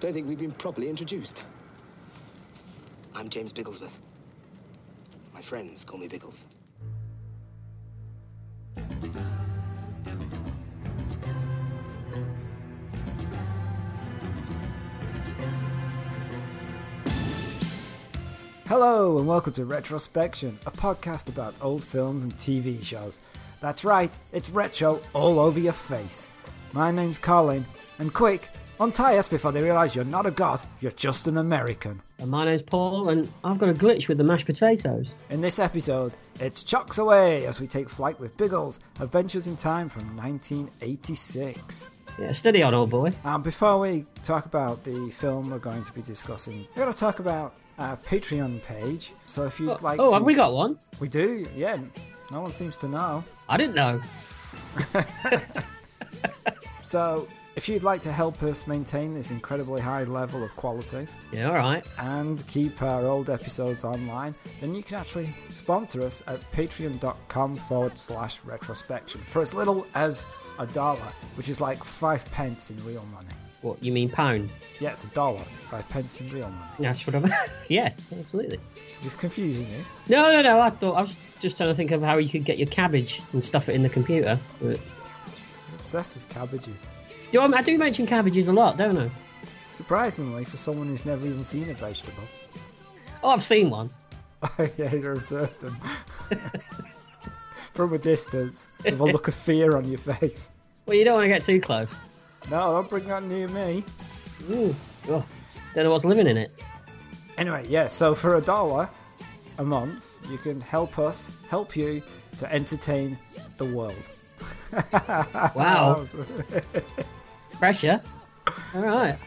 Don't think we've been properly introduced. I'm James Bigglesworth. My friends call me Biggles. Hello, and welcome to Retrospection, a podcast about old films and TV shows. That's right, it's retro all over your face. My name's Colin, and quick, untie us before they realise you're not a god, you're just an American. And my name's Paul, and I've got a glitch with the mashed potatoes. In this episode, it's Chocks Away as we take flight with Biggles, Adventures in Time from 1986. Yeah, steady on, old boy. Um, before we talk about the film we're going to be discussing, we're going to talk about our Patreon page. So if you'd Oh, like oh, to... have we got one? We do, yeah. No one seems to know. I didn't know. So, if you'd like to help us maintain this incredibly high level of quality Yeah, all right. and keep our old episodes online, then you can actually sponsor us at patreon.com forward slash retrospection for as little as a dollar, which is like five pence in real money. What you mean pound? Yeah, it's a dollar, five pence in real money. That's what I'm. yes, absolutely. Is this confusing eh? you? No, no, no. I thought I was just trying to think of how you could get your cabbage and stuff it in the computer. But I'm obsessed with cabbages. do I, I do mention cabbages a lot, don't I? Surprisingly, for someone who's never even seen a vegetable. Oh, I've seen one. yeah, you observed them. From a distance, with a look of fear on your face. Well, you don't want to get too close. No, don't bring that near me. Ooh, oh, don't know what's living in it. Anyway, yeah, so for a dollar a month, you can help us, help you to entertain the world. Wow, pressure. All right.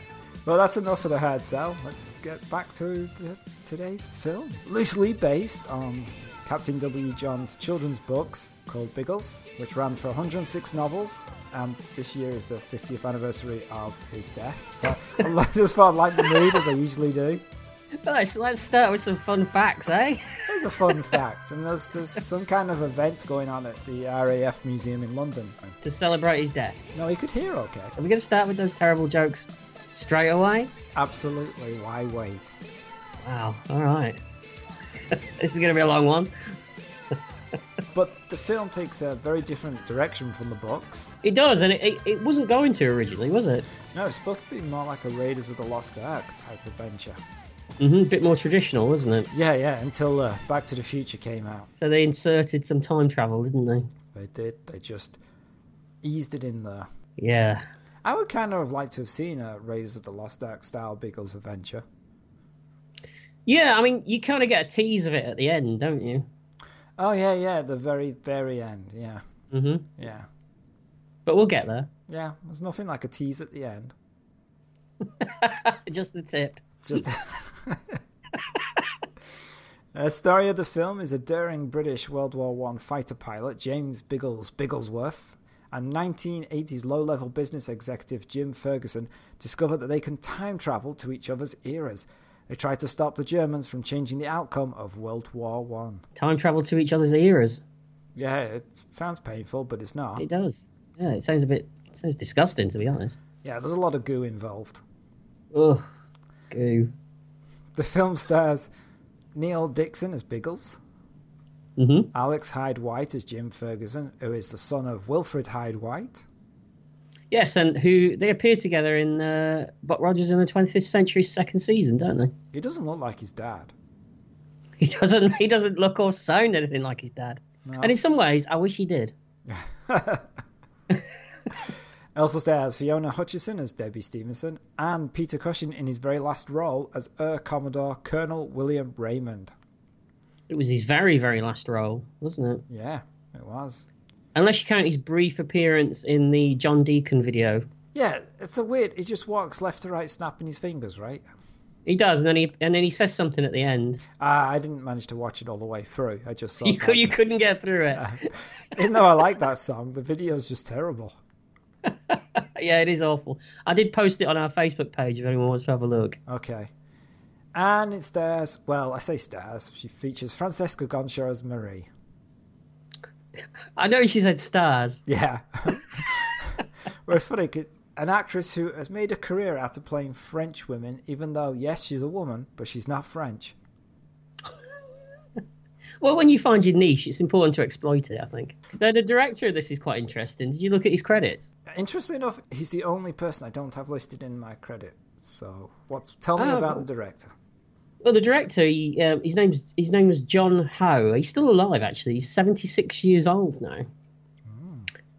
well, that's enough of the hard sell. Let's get back to the, today's film. Loosely based on Captain W. John's children's books called Biggles, which ran for 106 novels, and this year is the 50th anniversary of his death. But I just felt like the mood, as I usually do. Well, let's let's start with some fun facts, eh? There's a fun fact, and there's, there's some kind of event going on at the RAF Museum in London. To celebrate his death. No, he could hear okay. Are we going to start with those terrible jokes straight away? Absolutely, why wait? Wow, alright. this is going to be a long one. But the film takes a very different direction from the books. It does, and it, it, it wasn't going to originally, was it? No, it's supposed to be more like a Raiders of the Lost Ark type adventure. hmm a bit more traditional, wasn't it? Yeah, yeah, until uh, Back to the Future came out. So they inserted some time travel, didn't they? They did, they just eased it in there. Yeah. I would kind of have liked to have seen a Raiders of the Lost Ark style Biggles adventure. Yeah, I mean, you kind of get a tease of it at the end, don't you? Oh, yeah, yeah, the very, very end, yeah, hmm yeah. But we'll get there. Yeah, there's nothing like a tease at the end. Just the tip. Just the Uh, story of the film is a daring British World War One fighter pilot, James Biggles Bigglesworth, and 1980s low-level business executive Jim Ferguson discover that they can time travel to each other's eras. They try to stop the Germans from changing the outcome of World War One. Time travel to each other's eras. Yeah, it sounds painful, but it's not. It does. Yeah, it sounds a bit it sounds disgusting, to be honest. Yeah, there's a lot of goo involved. Ugh, goo. The film stars Neil Dixon as Biggles. hmm Alex Hyde White as Jim Ferguson, who is the son of Wilfred Hyde White. Yes, and who they appear together in uh, Buck Rogers in the 25th Century's second season, don't they? He doesn't look like his dad. He doesn't. He doesn't look or sound anything like his dad. And in some ways, I wish he did. Also stars Fiona Hutchison as Debbie Stevenson and Peter Cushing in his very last role as Air Commodore Colonel William Raymond. It was his very, very last role, wasn't it? Yeah, it was. Unless you count his brief appearance in the John Deacon video. Yeah, it's a weird. He just walks left to right, snapping his fingers, right? He does, and then he and then he says something at the end. Ah, I didn't manage to watch it all the way through. I just saw. You, cou- that. you couldn't get through it. Even though I like that song, the video's just terrible. yeah, it is awful. I did post it on our Facebook page if anyone wants to have a look. Okay. And it stars, well, I say stars, she features Francesca Gonchar as Marie. I know she said stars. Yeah. Whereas funny, 'cause an actress who has made a career out of playing French women, even though, yes, she's a woman, but she's not French. Well, when you find your niche, it's important to exploit it, I think. Now, the director of this is quite interesting. Did you look at his credits? Interestingly enough, he's the only person I don't have listed in my credit. So, what's tell me Oh. about the director? Well, the director, he, um, his name's his name was John Howe. He's still alive, actually. He's seventy six years old now,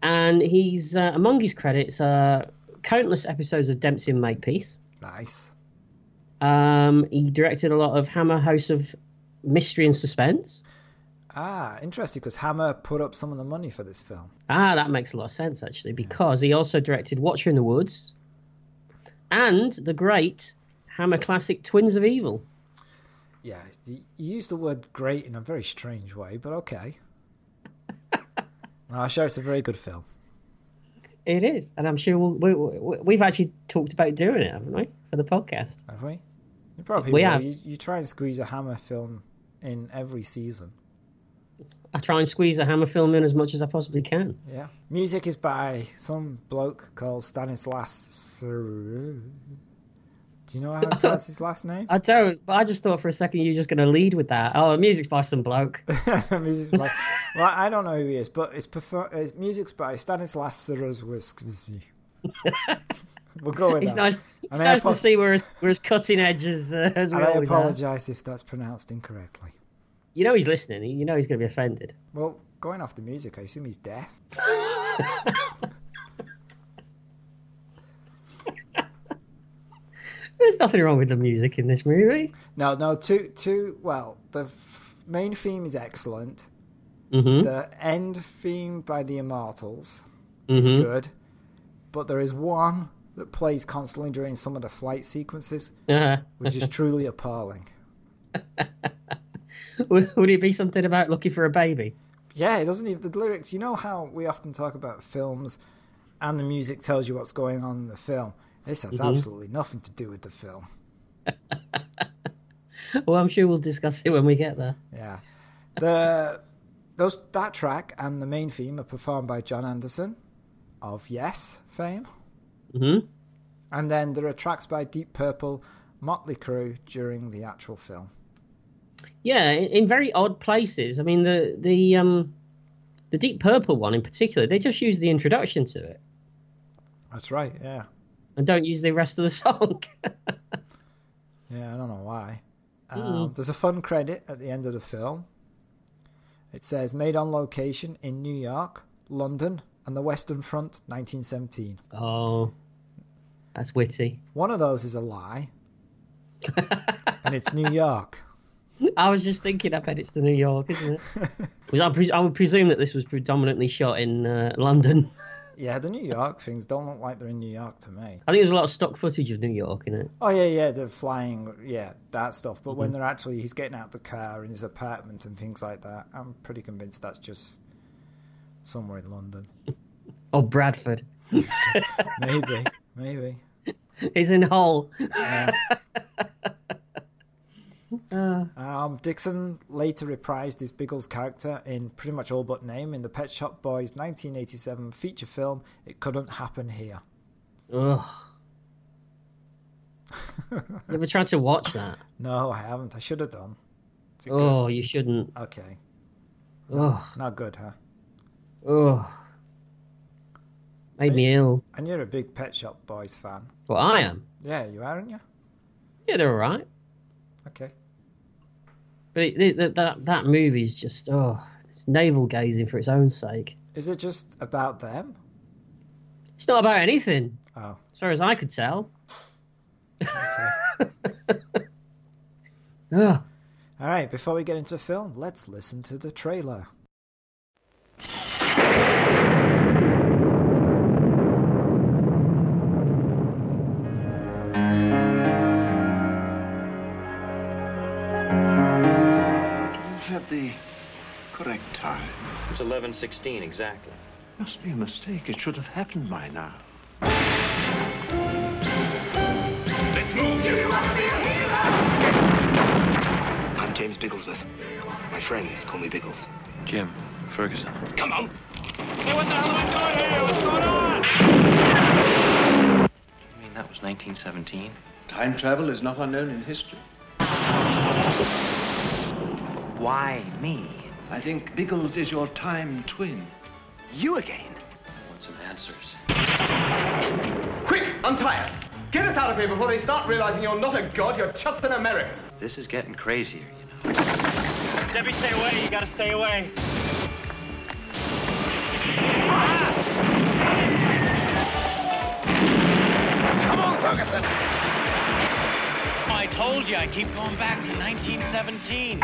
and he's uh, among his credits are countless episodes of Dempsey and Makepeace. Nice. Um, he directed a lot of Hammer House of Mystery and Suspense. Ah, interesting, because Hammer put up some of the money for this film. Ah, that makes a lot of sense actually, because he also directed Watcher in the Woods and the great Hammer classic Twins of Evil. Yeah, you used the word great in a very strange way, but okay. I'm sure it's a very good film. It is, and I'm sure we'll, we, we, we've actually talked about doing it, haven't we, for the podcast? Have we? You probably We will. have. You, you try and squeeze a Hammer film in every season. I try and squeeze a Hammer film in as much as I possibly can. Yeah. Music is by some bloke called Stanislas. Seru. Do you know how to pronounce his last name? I don't, but I just thought for a second you're just going to lead with that. Oh, music's by some bloke. Music's by, well, I don't know who he is, but it's, prefer- it's music's by Stanislas Serozwski. we'll go with It's that. nice. It's mean, I nice apo- to see we're as, we're as cutting edge as, uh, as we And I always are. apologise if that's pronounced incorrectly. You know he's listening. You know he's going to be offended. Well, going off the music, I assume he's deaf. There's nothing wrong with the music in this movie. No, no, two, two. Well, the f- main theme is excellent. hmm The end theme by the Immortals mm-hmm. is good, but there is one that plays constantly during some of the flight sequences, Uh, which is truly appalling. would would it be something about looking for a baby? Yeah, it doesn't even the lyrics. You know how we often talk about films, and the music tells you what's going on in the film. This has absolutely nothing to do with the film. Well, I'm sure we'll discuss it when we get there. Yeah, the those that track and the main theme are performed by John Anderson of Yes fame, hmm and then there are tracks by Deep Purple, Motley Crue during the actual film. Yeah, in, in very odd places. I mean, the the um the Deep Purple one in particular, they just use the introduction to it That's right. Yeah, and don't use the rest of the song. yeah. I don't know why. Um, there's a fun credit at the end of the film. It says made on location in New York, London, and the Western Front, 1917. oh, that's witty. One of those is a lie, and it's New York. I was just thinking, I bet it's the New York, isn't it? 'Cause I, pres- I would presume that this was predominantly shot in uh, London. Yeah, the New York things don't look like they're in New York to me. I think there's a lot of stock footage of New York in it. Oh yeah, yeah, the flying, yeah, that stuff. But when they're actually, he's getting out the car in his apartment and things like that. I'm pretty convinced that's just somewhere in London. Oh, Bradford. Maybe, maybe. It's in Hull. Yeah. um, Dixon later reprised his Biggles character in pretty much all but name in the Pet Shop Boys 1987 feature film It Couldn't Happen Here. Ugh. you ever tried to watch that? No, I haven't. I should have done. Is it Oh, you shouldn't. good? Okay. Oh, Not good, huh? oh. Made me ill. And you're a big Pet Shop Boys fan. Well, I am. Yeah, you are, aren't you? Yeah, they're all right. Okay. But it, it, that- that that movie is just oh, it's navel gazing for its own sake. Is it just about them? It's not about anything, Oh, as far as I could tell. Ugh. all right. Before we get into film, let's listen to the trailer. You've had the correct time. It's 11:16 exactly. Must be a mistake. It should have happened by now. I'm James Bigglesworth. My friends call me Biggles. Jim Ferguson. Come on! That was 1917. Time travel is not unknown in history. Why me? I think Biggles is your time twin. You again? I want some answers. Quick, untie us. Get us out of here before they start realizing you're not a god, you're just an American. This is getting crazier, you know. Debbie, stay away. You gotta stay away. Come on, Ferguson. I told you. I keep going back to 1917.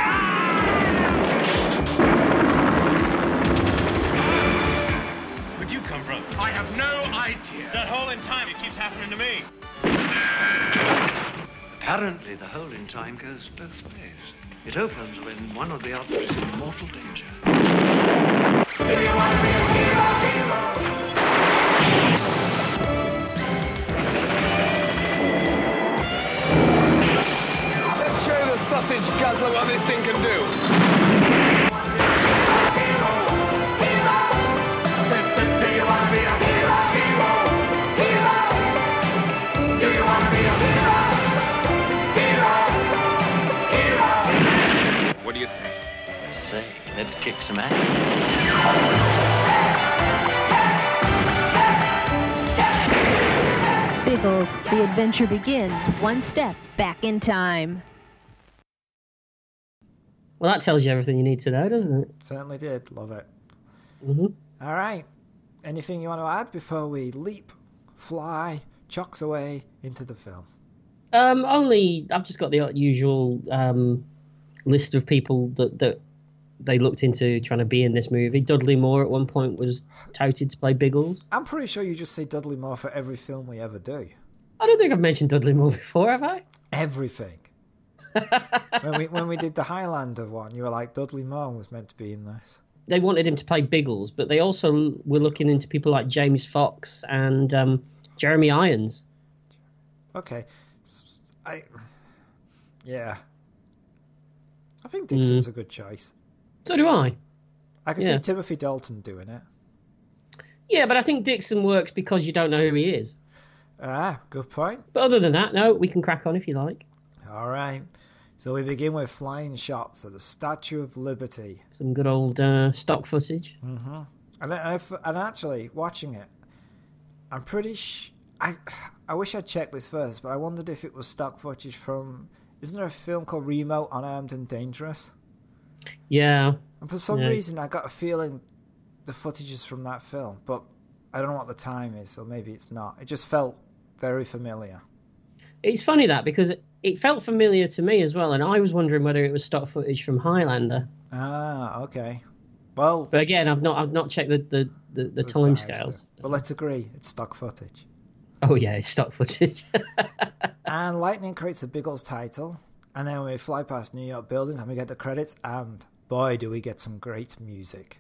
Where'd you come from? I have no idea. That hole in time. It keeps happening to me. Apparently, the hole in time goes both ways. It opens when one or the other is in mortal danger. Let's show the sausage guzzler what this thing can do. What do you say? Say, let's kick some ass. Biggles, the adventure begins one step back in time. Well, that tells you everything you need to know, doesn't it? Certainly did. Love it. Mm-hmm. All right. Anything you want to add before we leap, fly, chocks away into the film? Um, only I've just got the usual um, list of people that that they looked into trying to be in this movie. Dudley Moore at one point was touted to play Biggles. I'm pretty sure you just say Dudley Moore for every film we ever do. I don't think I've mentioned Dudley Moore before, have I? Everything. when we when we did the Highlander one, you were like Dudley Moore was meant to be in this. They wanted him to play Biggles, but they also were looking into people like James Fox and um, Jeremy Irons. Okay, S- I yeah. I think Dixon's a good choice. So do I. I can Mm-hmm. Yeah. see Timothy Dalton doing it. Yeah, but I think Dixon works because you don't know who he is. Ah, good point. But other than that, no, we can crack on if you like. All right. So we begin with flying shots of the Statue of Liberty. Some good old uh, stock footage. And I, I f- and actually watching it, I'm pretty. Sh- I I wish I checked this first, but I wondered if it was stock footage from. Isn't there a film called Remo Unarmed and Dangerous? Yeah, And for some Yeah. reason, I got a feeling the footage is from that film, but I don't know what the time is, so maybe it's not. It just felt very familiar. It's funny that because it- it felt familiar to me as well, and I was wondering whether it was stock footage from Highlander. Ah, okay. Well, But again, I've not I've not checked the the the, the time times, scales. yeah. But let's agree, it's stock footage. Oh yeah, it's stock footage. And lightning creates the Biggles title, and then we fly past New York buildings and we get the credits, and boy, do we get some great music.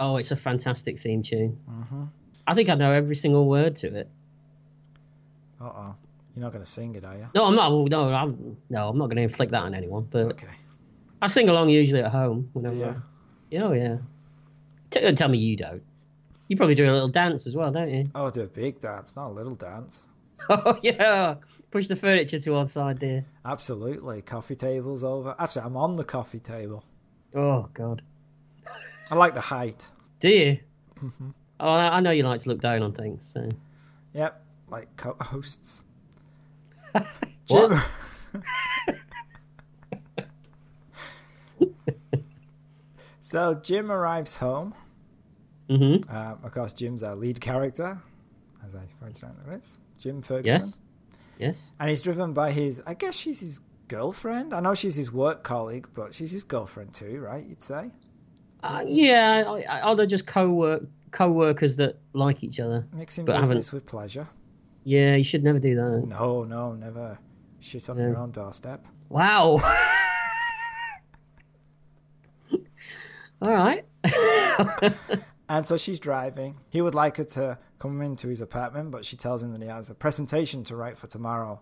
oh, it's a fantastic theme tune. Mm-hmm. I think I know every single word to it. Uh oh, you're not going to sing it, are you? No, I'm not. well, No, I'm no, I'm not going to inflict that on anyone. But Okay. I sing along usually at home. Whenever Yeah. I- yeah, oh yeah. T- don't tell me you don't. You probably do a little dance as well, don't you? Oh, do a big dance, not a little dance. Oh yeah. Push the furniture to one side, dear. Absolutely. Coffee table's over. Actually, I'm on the coffee table. Oh God. I like the height. Do you? Mm-hmm. Oh, I I know you like to look down on things. So. Yep, like co hosts. What? Jim. so Jim arrives home. hmm Uh, of course, Jim's our lead character, as I pointed out in the minutes. Jim Ferguson. Yes. Yes. And he's driven by his, I guess she's his girlfriend. I know she's his work colleague, but she's his girlfriend too, right? You'd say? Uh, yeah. I- I- Are they just co-work co-workers that like each other? Mixing But I haven't- business with pleasure. Yeah. You should never do that. No, no, never shit on your own doorstep. Wow. All right. And so she's driving. He would like her to come into his apartment, but she tells him that he has a presentation to write for tomorrow.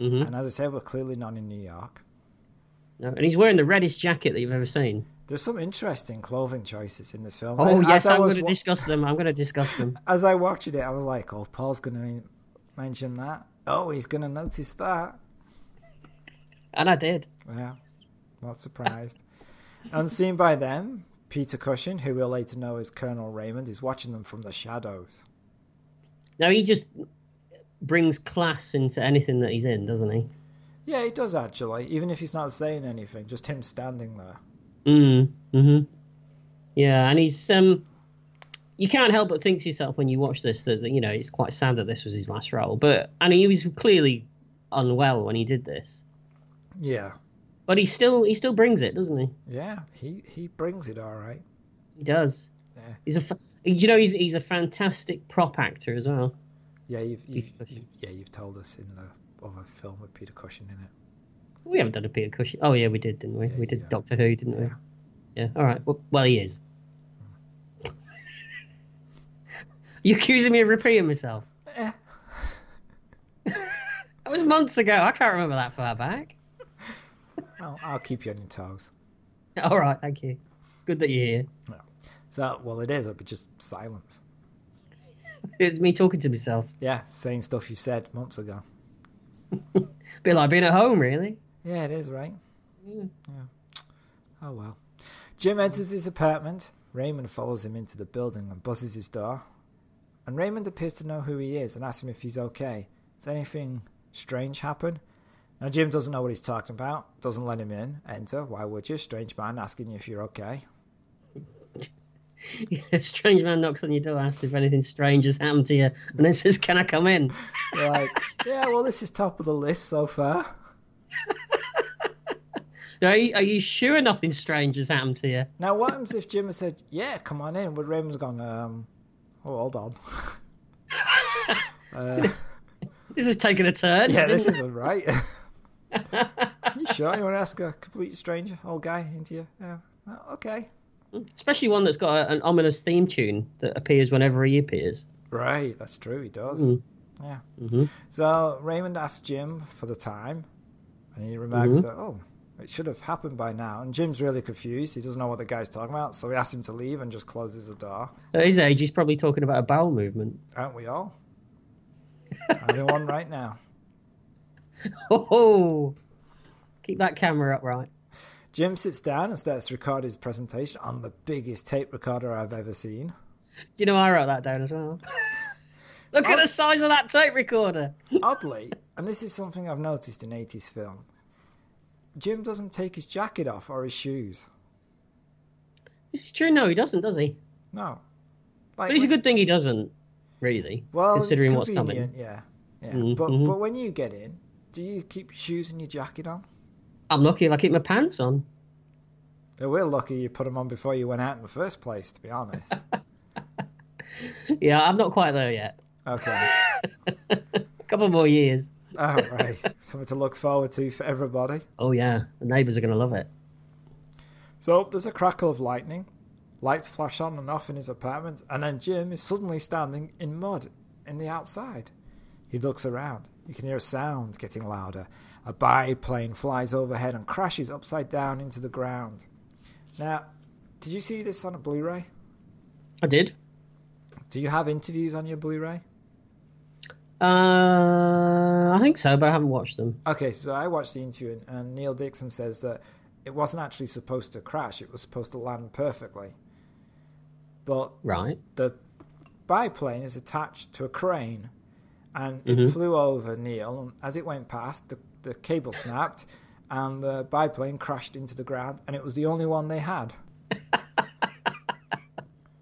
Mm-hmm. And as I said, we're clearly not in New York. No, and he's wearing the reddest jacket that you've ever seen. There's some interesting clothing choices in this film. Oh And yes, as I I'm was going to wa- discuss them. I'm going to discuss them. as I watched it, I was like, "Oh, Paul's going to mention that," Oh, he's going to notice that. And I did. Yeah, not surprised. Unseen by them, Peter Cushing, who we'll later know as Colonel Raymond, is watching them from the shadows. Now he just brings class into anything that he's in, doesn't he? Yeah, he does actually, even if he's not saying anything, just him standing there. Mm. Hmm. Yeah, and he's um. You can't help but think to yourself when you watch this that, that you know it's quite sad that this was his last role, but and he was clearly unwell when he did this, Yeah, but he still he still brings it, doesn't he? yeah, he, he brings it all right. He does. He's a fa- you know he's he's a fantastic prop actor as well. Yeah, you've, you've, Peter Cushing. you yeah, you've told us in the other film with Peter Cushing in it. We haven't done a Peter Cushing. Oh yeah, we did, didn't we? we did yeah. Doctor Who, didn't we? Yeah. All right. Well, well he is. you accusing me of repeating myself? Eh. that was months ago. I can't remember that far back. I'll, I'll keep you on your toes. All right. Thank you. It's good that you're here. So, well, it is, it'll be just silence. It's me talking to myself. Yeah, saying stuff you said months ago. bit like being at home, really. Yeah, it is, right? Yeah. Oh, well. Jim enters his apartment. Raymond follows him into the building and buzzes his door. And Raymond appears to know who he is and asks him if he's okay. Does anything strange happen? Now, Jim doesn't know what he's talking about, doesn't let him in. Enter. Why would you? Strange man asking you if you're okay. A strange man knocks on your door, asks if anything strange has happened to you, and then says, "Can I come in?" You're like, yeah, well, this is top of the list so far. Are you, are you sure nothing strange has happened to you? Now, what happens if Jim has said, yeah, come on in? Would Raymond's gone, um, oh, hold on. This is taking a turn. Yeah, this isn't right. you sure you want to ask a complete stranger, old guy, into you? Yeah. Oh, okay. Especially one that's got a, an ominous theme tune that appears whenever he appears. Right, that's true. He does. Yeah. So Raymond asks Jim for the time, and he remarks that oh, it should have happened by now. And Jim's really confused. He doesn't know what the guy's talking about, so he asks him to leave and just closes the door. At his age, he's probably talking about a bowel movement. Aren't we all? I'm the one right now. Oh, keep that camera upright. Jim sits down and starts to record his presentation on the biggest tape recorder I've ever seen. Do you know I wrote that down as well? Look at the size of that tape recorder. oddly, and this is something I've noticed in 80s films, Jim doesn't take his jacket off or his shoes. This is true. No, he doesn't, does he? No. Like, But it's a good thing he doesn't, really, well, it's considering what's convenient, coming. Mm-hmm, Yeah. yeah. But, but when you get in, do you keep your shoes and your jacket on? I'm lucky if I keep my pants on. Yeah, We're lucky you put them on before you went out in the first place, to be honest. Yeah, I'm not quite there yet. okay. A couple more years. All right. Something to look forward to for everybody. Oh, yeah. The neighbours are going to love it. So there's a crackle of lightning. Lights flash on and off in his apartment, and then Jim is suddenly standing in mud in the outside. He looks around. You can hear a sound getting louder. A biplane flies overhead and crashes upside down into the ground. Now, did you see this on a Blu ray? I did. Do you have interviews on your Blu ray? Uh, I think so, but I haven't watched them. Okay, so I watched the interview, and, and Neil Dixon says that it wasn't actually supposed to crash, it was supposed to land perfectly. But Right. the biplane is attached to a crane and it flew over Neil and as it went past the, the cable snapped and the biplane crashed into the ground and it was the only one they had.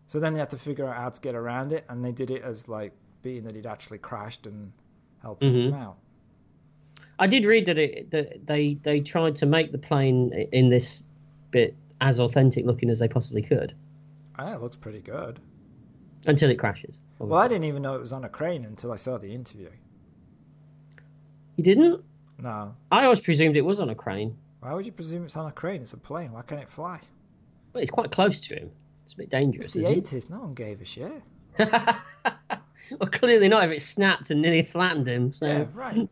so then they had to figure out how to get around it and they did it as like being that he'd actually crashed and helping him out. I did read that it that they they tried to make the plane i- in this bit as authentic looking as they possibly could And Ah, it looks pretty good. until it crashes. obviously. Well, I didn't even know it was on a crane until I saw the interview. You didn't? No. I always presumed it was on a crane, Why would you presume it's on a crane? It's a plane. Why can't it fly? but it's quite close to him. It's a bit It's dangerous. the isn't it? 80s. No one gave a shit. Well, clearly not if it snapped and nearly flattened him. So Yeah, right.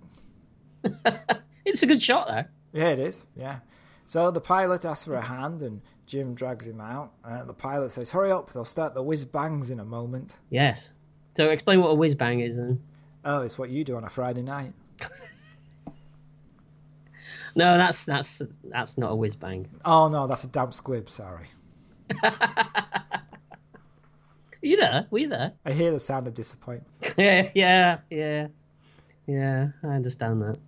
it's a good shot though. Yeah, it is. Yeah. So the pilot asks for a hand, and Jim drags him out. And the pilot says, "Hurry up! They'll start the whiz bangs in a moment." Yes. So explain what a whiz bang is then. Oh, it's what you do on a Friday night. No, that's that's that's not a whiz bang. Oh no, that's a damp squib. Sorry. Are you there? Were you there? I hear the sound of disappointment. yeah, yeah, yeah, yeah. I understand that.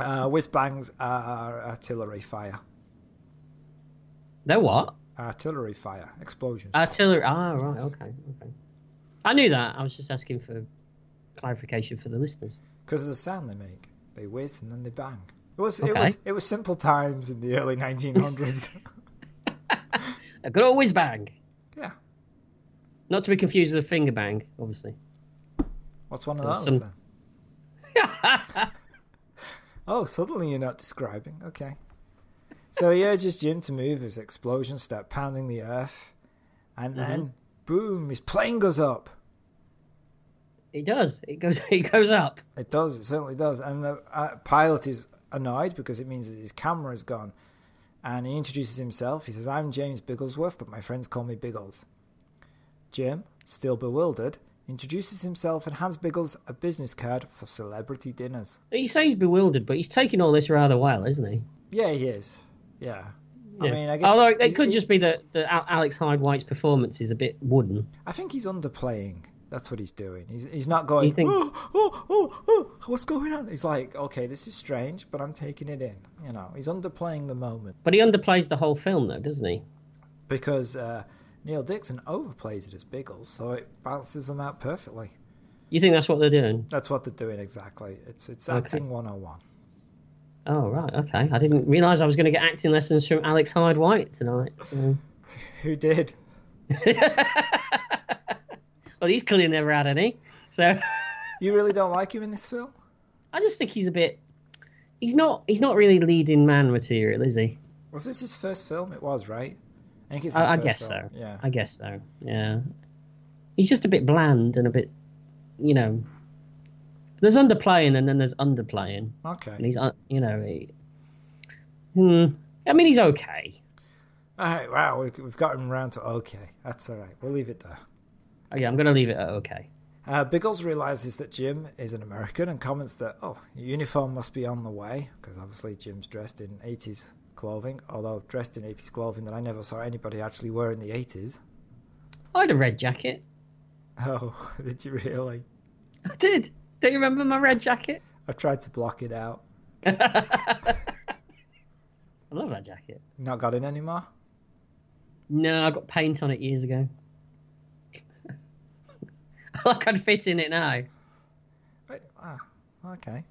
Uh, whiz bangs are artillery fire. They're what? Artillery fire explosions. Artillery. Ah, right. Yes. Okay. Okay. I knew that. I was just asking for clarification for the listeners. because of the sound they make. They whiz and then they bang. It was it Okay. was it was simple times in the early 1900s. A good old whiz bang. yeah, Not to be confused with a finger bang, obviously. what's one of There's those some- then? oh, suddenly you're not describing. Okay. So he urges Jim to move his explosion start pounding the earth, and Mm-hmm. then boom, his plane goes up. It does. It goes. It goes up. It does. It certainly does. And the uh, pilot is annoyed because it means that his camera is gone. And he introduces himself. He says, "I'm James Bigglesworth, but my friends call me Biggles." Jim, still bewildered, introduces himself and hands Biggles a business card for celebrity dinners. He says he's bewildered, but he's taking all this rather well, isn't he? Yeah, he is. Yeah. I Yeah. mean, I guess. Although it he's- could he- just be that, that Al- Alex Hyde White's performance is a bit wooden. I think he's underplaying. That's what he's doing. He's, he's not going. You think- Oh, oh, oh, oh, what's going on? He's like, okay, this is strange, but I'm taking it in. You know, he's underplaying the moment. But he underplays the whole film, though, doesn't he? because uh, Neil Dixon overplays it as Biggles, so it balances them out perfectly. You think that's what they're doing? That's what they're doing exactly. It's it's Okay. acting 101. Oh right, okay. I didn't realise I was going to get acting lessons from Alex Hyde White tonight. So. Who did? Well, he's clearly never had any. So You really don't like him in this film? I just think he's a bit. He's not. He's not really leading man material, is he? Was this his first film? It was, right? I think it's his I, I first guess film. so. Yeah. I guess so. Yeah. He's just a bit bland and a bit, you know. There's underplaying and then there's underplaying, and Okay. he's, un- you know, he, hmm. I mean, he's okay. All right. Wow. we- We've got him round to okay. That's all right. We'll leave it there. Oh, yeah, I'm gonna leave it at okay. Uh, Biggles realizes that Jim is an American and comments that, oh, a uniform must be on the way, because obviously Jim's dressed in 80s clothing, although dressed in 80s clothing that I never saw anybody actually wear in the 80s. I had a red jacket. Oh, did you really? I did. Don't you remember my red jacket? I've tried to block it out. I love that jacket. Not got it anymore? No, I got paint on it years ago. like I'd fit in it now. Wait, ah, okay.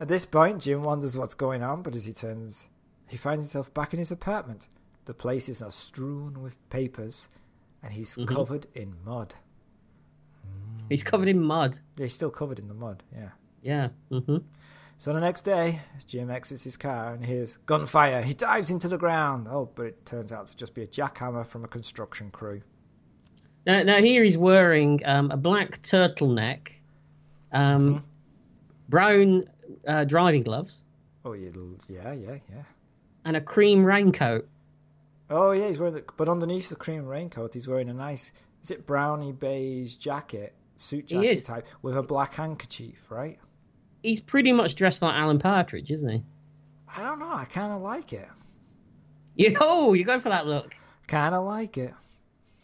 At this point, Jim wonders what's going on, but as he turns, he finds himself back in his apartment. The places are strewn with papers, and he's covered in mud. He's covered in mud. Yeah, he's still covered in the mud, yeah. Yeah. hmm So the next day, Jim exits his car and hears gunfire. He dives into the ground. Oh, but it turns out to just be a jackhammer from a construction crew. Now, now here he's wearing um, a black turtleneck, um, brown uh, driving gloves, Oh, you, l- yeah, yeah, yeah. and a cream raincoat. Oh, yeah, he's wearing the. But underneath the cream raincoat, he's wearing a nice, is it brownie beige jacket, suit He jacket is. type, with a black handkerchief, right? He's pretty much dressed like Alan Partridge, isn't he? I don't know. I kind of like it. You, oh, you're going for that look. Kind of like it.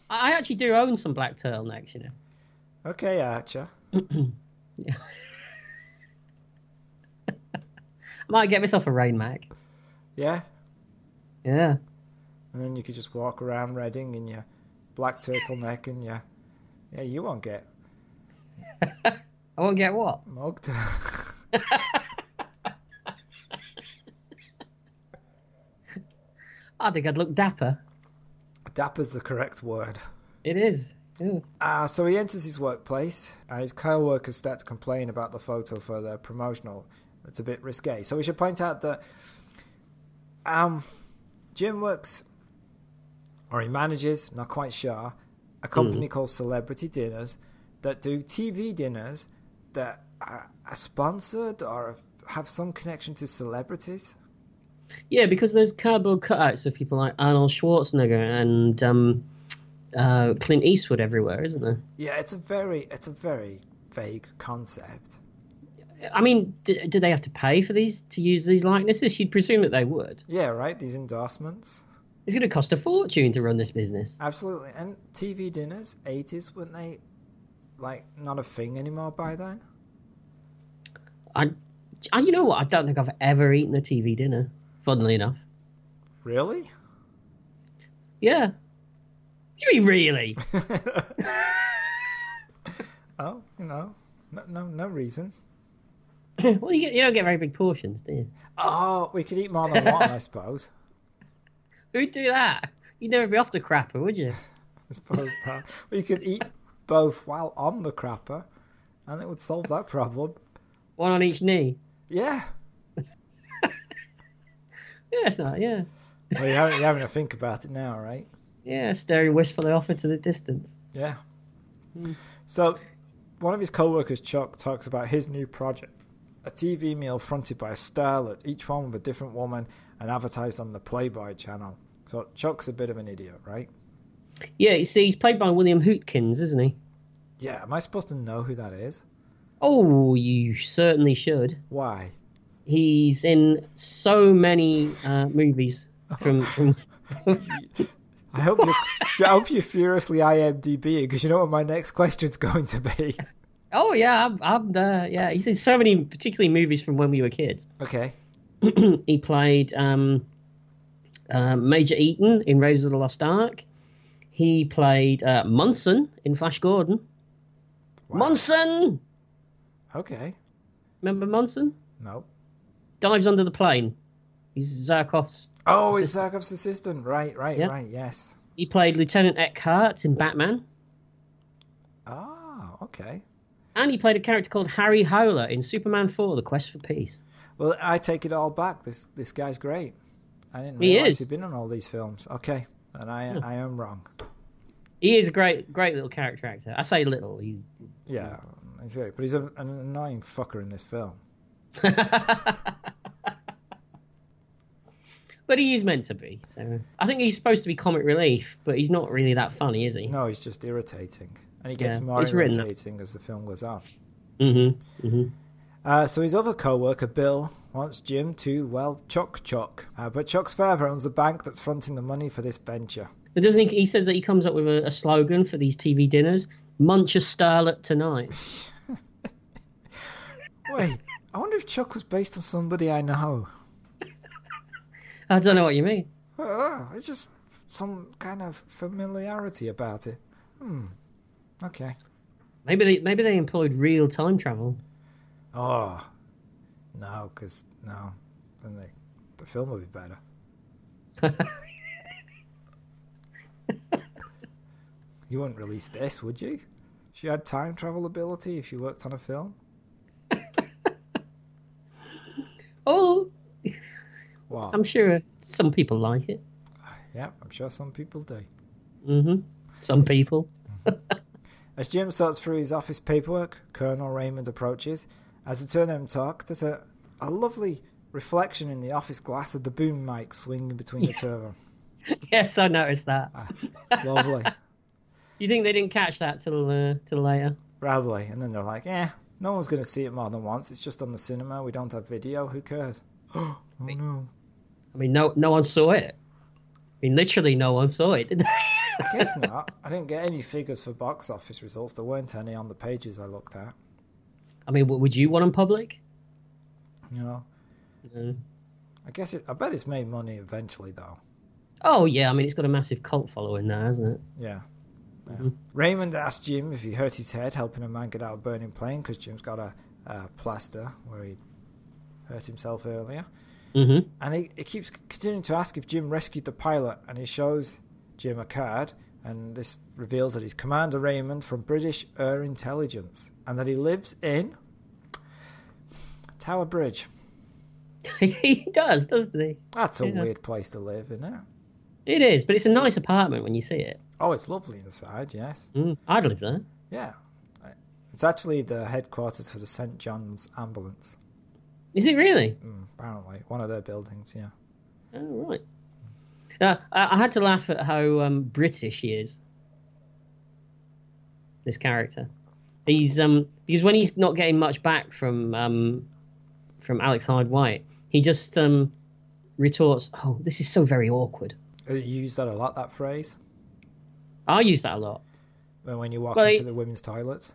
I I actually do own some black turtlenecks, you know. Okay, Archer. I might get myself a rain mac. Yeah? Yeah. And then you could just walk around Reading in your black turtleneck and your. Yeah, you won't get I won't get what? mugged. I think I'd look dapper. Dapper's the correct word. It is. Yeah. Uh, so he enters his workplace, and his co-workers start to complain about the photo for their promotional. It's a bit risque. So we should point out that um, Jim works, or he manages, not quite sure, a company called Celebrity Dinners that do TV dinners that are, are sponsored or have some connection to celebrities. Yeah, because there's cardboard cutouts of people like Arnold Schwarzenegger and um, uh, Clint Eastwood everywhere, isn't there? Yeah, it's a very, it's a very vague concept. I mean, do, do they have to pay for these to use these likenesses? You'd presume that they would. Yeah, right? These endorsements. It's going to cost a fortune to run this business. Absolutely. And TV dinners, 80s, weren't they like not a thing anymore by then? I, I, you know what? I don't think I've ever eaten a TV dinner. Funnily enough, Really? yeah. You mean really? Oh, you know, no, no, no reason. well, you, get, you don't get very big portions, do you? Oh, we could eat more than one, I suppose. Who'd do that? You'd never be off the crapper, would you? I suppose that. We could eat both while on the crapper, and it would solve that problem. One on each knee. Yeah. Yeah, it's not. Yeah, Well, you're having, you're having to think about it now, right? yeah. Staring wistfully off into the distance. Yeah. Hmm. So, one of his co-workers, Chuck, talks about his new project: a TV meal fronted by a starlet, each one with a different woman, and advertised on the Playboy channel. So Chuck's a bit of an idiot, right? Yeah, you see, he's played by William Hootkins, isn't he? Yeah. Am I supposed to know who that is? Oh, you certainly should. Why? He's in so many uh, movies from from. I hope you. I hope you're furiously IMDb because you know what my next question's going to be. Oh yeah, I'm, I'm uh, yeah. He's in so many, particularly movies from when we were kids. Okay. he played um, uh, Major Eaton in Raiders of the Lost Ark. He played uh, Munson in Flash Gordon. Munson, Okay. remember Munson? Nope. Dives under the plane. He's Zarkov's. Oh, it's Zarkov's assistant. Right. Right. Yeah. Right. Yes. He played Lieutenant Eckhart in Batman, Oh, okay. and he played a character called Harry Howler in Superman 4: The Quest for Peace. Well, I take it all back. This this guy's great. I didn't He realize is. Hmm. he'd been on all these films. Okay, and I I am wrong. He is a great, great little character actor. I say little. He, Yeah, he's great, but he's a, an annoying fucker in this film. but he is meant to be. So I think he's supposed to be comic relief, but he's not really that funny, is he? No, he's just irritating, and he gets Yeah, more he's written that. irritating as the film goes on. Mm-hmm. Uh, so his other co-worker Bill wants Jim to well chuck chuck, uh, but Chuck's father owns a bank that's fronting the money for this venture. But doesn't he? He says that he comes up with a, a slogan for these TV dinners: "Munch a starlet tonight." Wait, I wonder if Chuck was based on somebody I know. I don't know what you mean. Oh, it's just some kind of familiarity about it. Hmm. Okay. Maybe they maybe they employed real time travel. Oh, no, because no, then the the film would be better. you wouldn't release this, would you? She had time travel ability if she worked on a film. Oh, Wow. I'm sure some people like it. yeah, I'm sure some people do. hmm Some people. As Jim sorts through his office paperwork, Colonel Raymond approaches. As the two of them talk, there's a, a lovely reflection in the office glass of the boom mic swinging between the two of them. Yes, I noticed that. Lovely. You think they didn't catch that till uh, till later? Probably. And then they're like, eh, no one's going to see it more than once. It's just on the cinema. We don't have video. Who cares? oh, no. I mean, no no one saw it. I mean, literally no one saw it. did they? I guess not. I didn't get any figures for box office results. There weren't any on the pages I looked at. I mean, w- would you want them public? You know? I guess it, I bet it's made money eventually, though. Oh yeah, I mean, it's got a massive cult following now, hasn't it? Yeah. Yeah. Raymond asked Jim if he hurt his head helping a man get out of a burning plane because Jim's got a, a plaster where he hurt himself earlier. Mm-hmm. And he, he keeps continuing to ask if Jim rescued the pilot, and he shows Jim a card, and this reveals that he's Commander Raymond from British Air Intelligence, and that he lives in Tower Bridge. he does, doesn't he? That's a Yeah. weird place to live, isn't it? It is, but it's a nice apartment when you see it. Oh, it's lovely inside, yes. Mm, I'd live there. Yeah. It's actually the headquarters for the St. John's Ambulance, Is it really? mm, apparently. One of their buildings, yeah. Oh, right. Uh, I I had to laugh at how um, British he is. This character. He's um because when he's not getting much back from um from Alex Hyde White, he just um retorts, "Oh, this is so very awkward." Uh, You use that a lot, that phrase, uh, I use that a lot. when when you walk Well, into he- the women's toilets.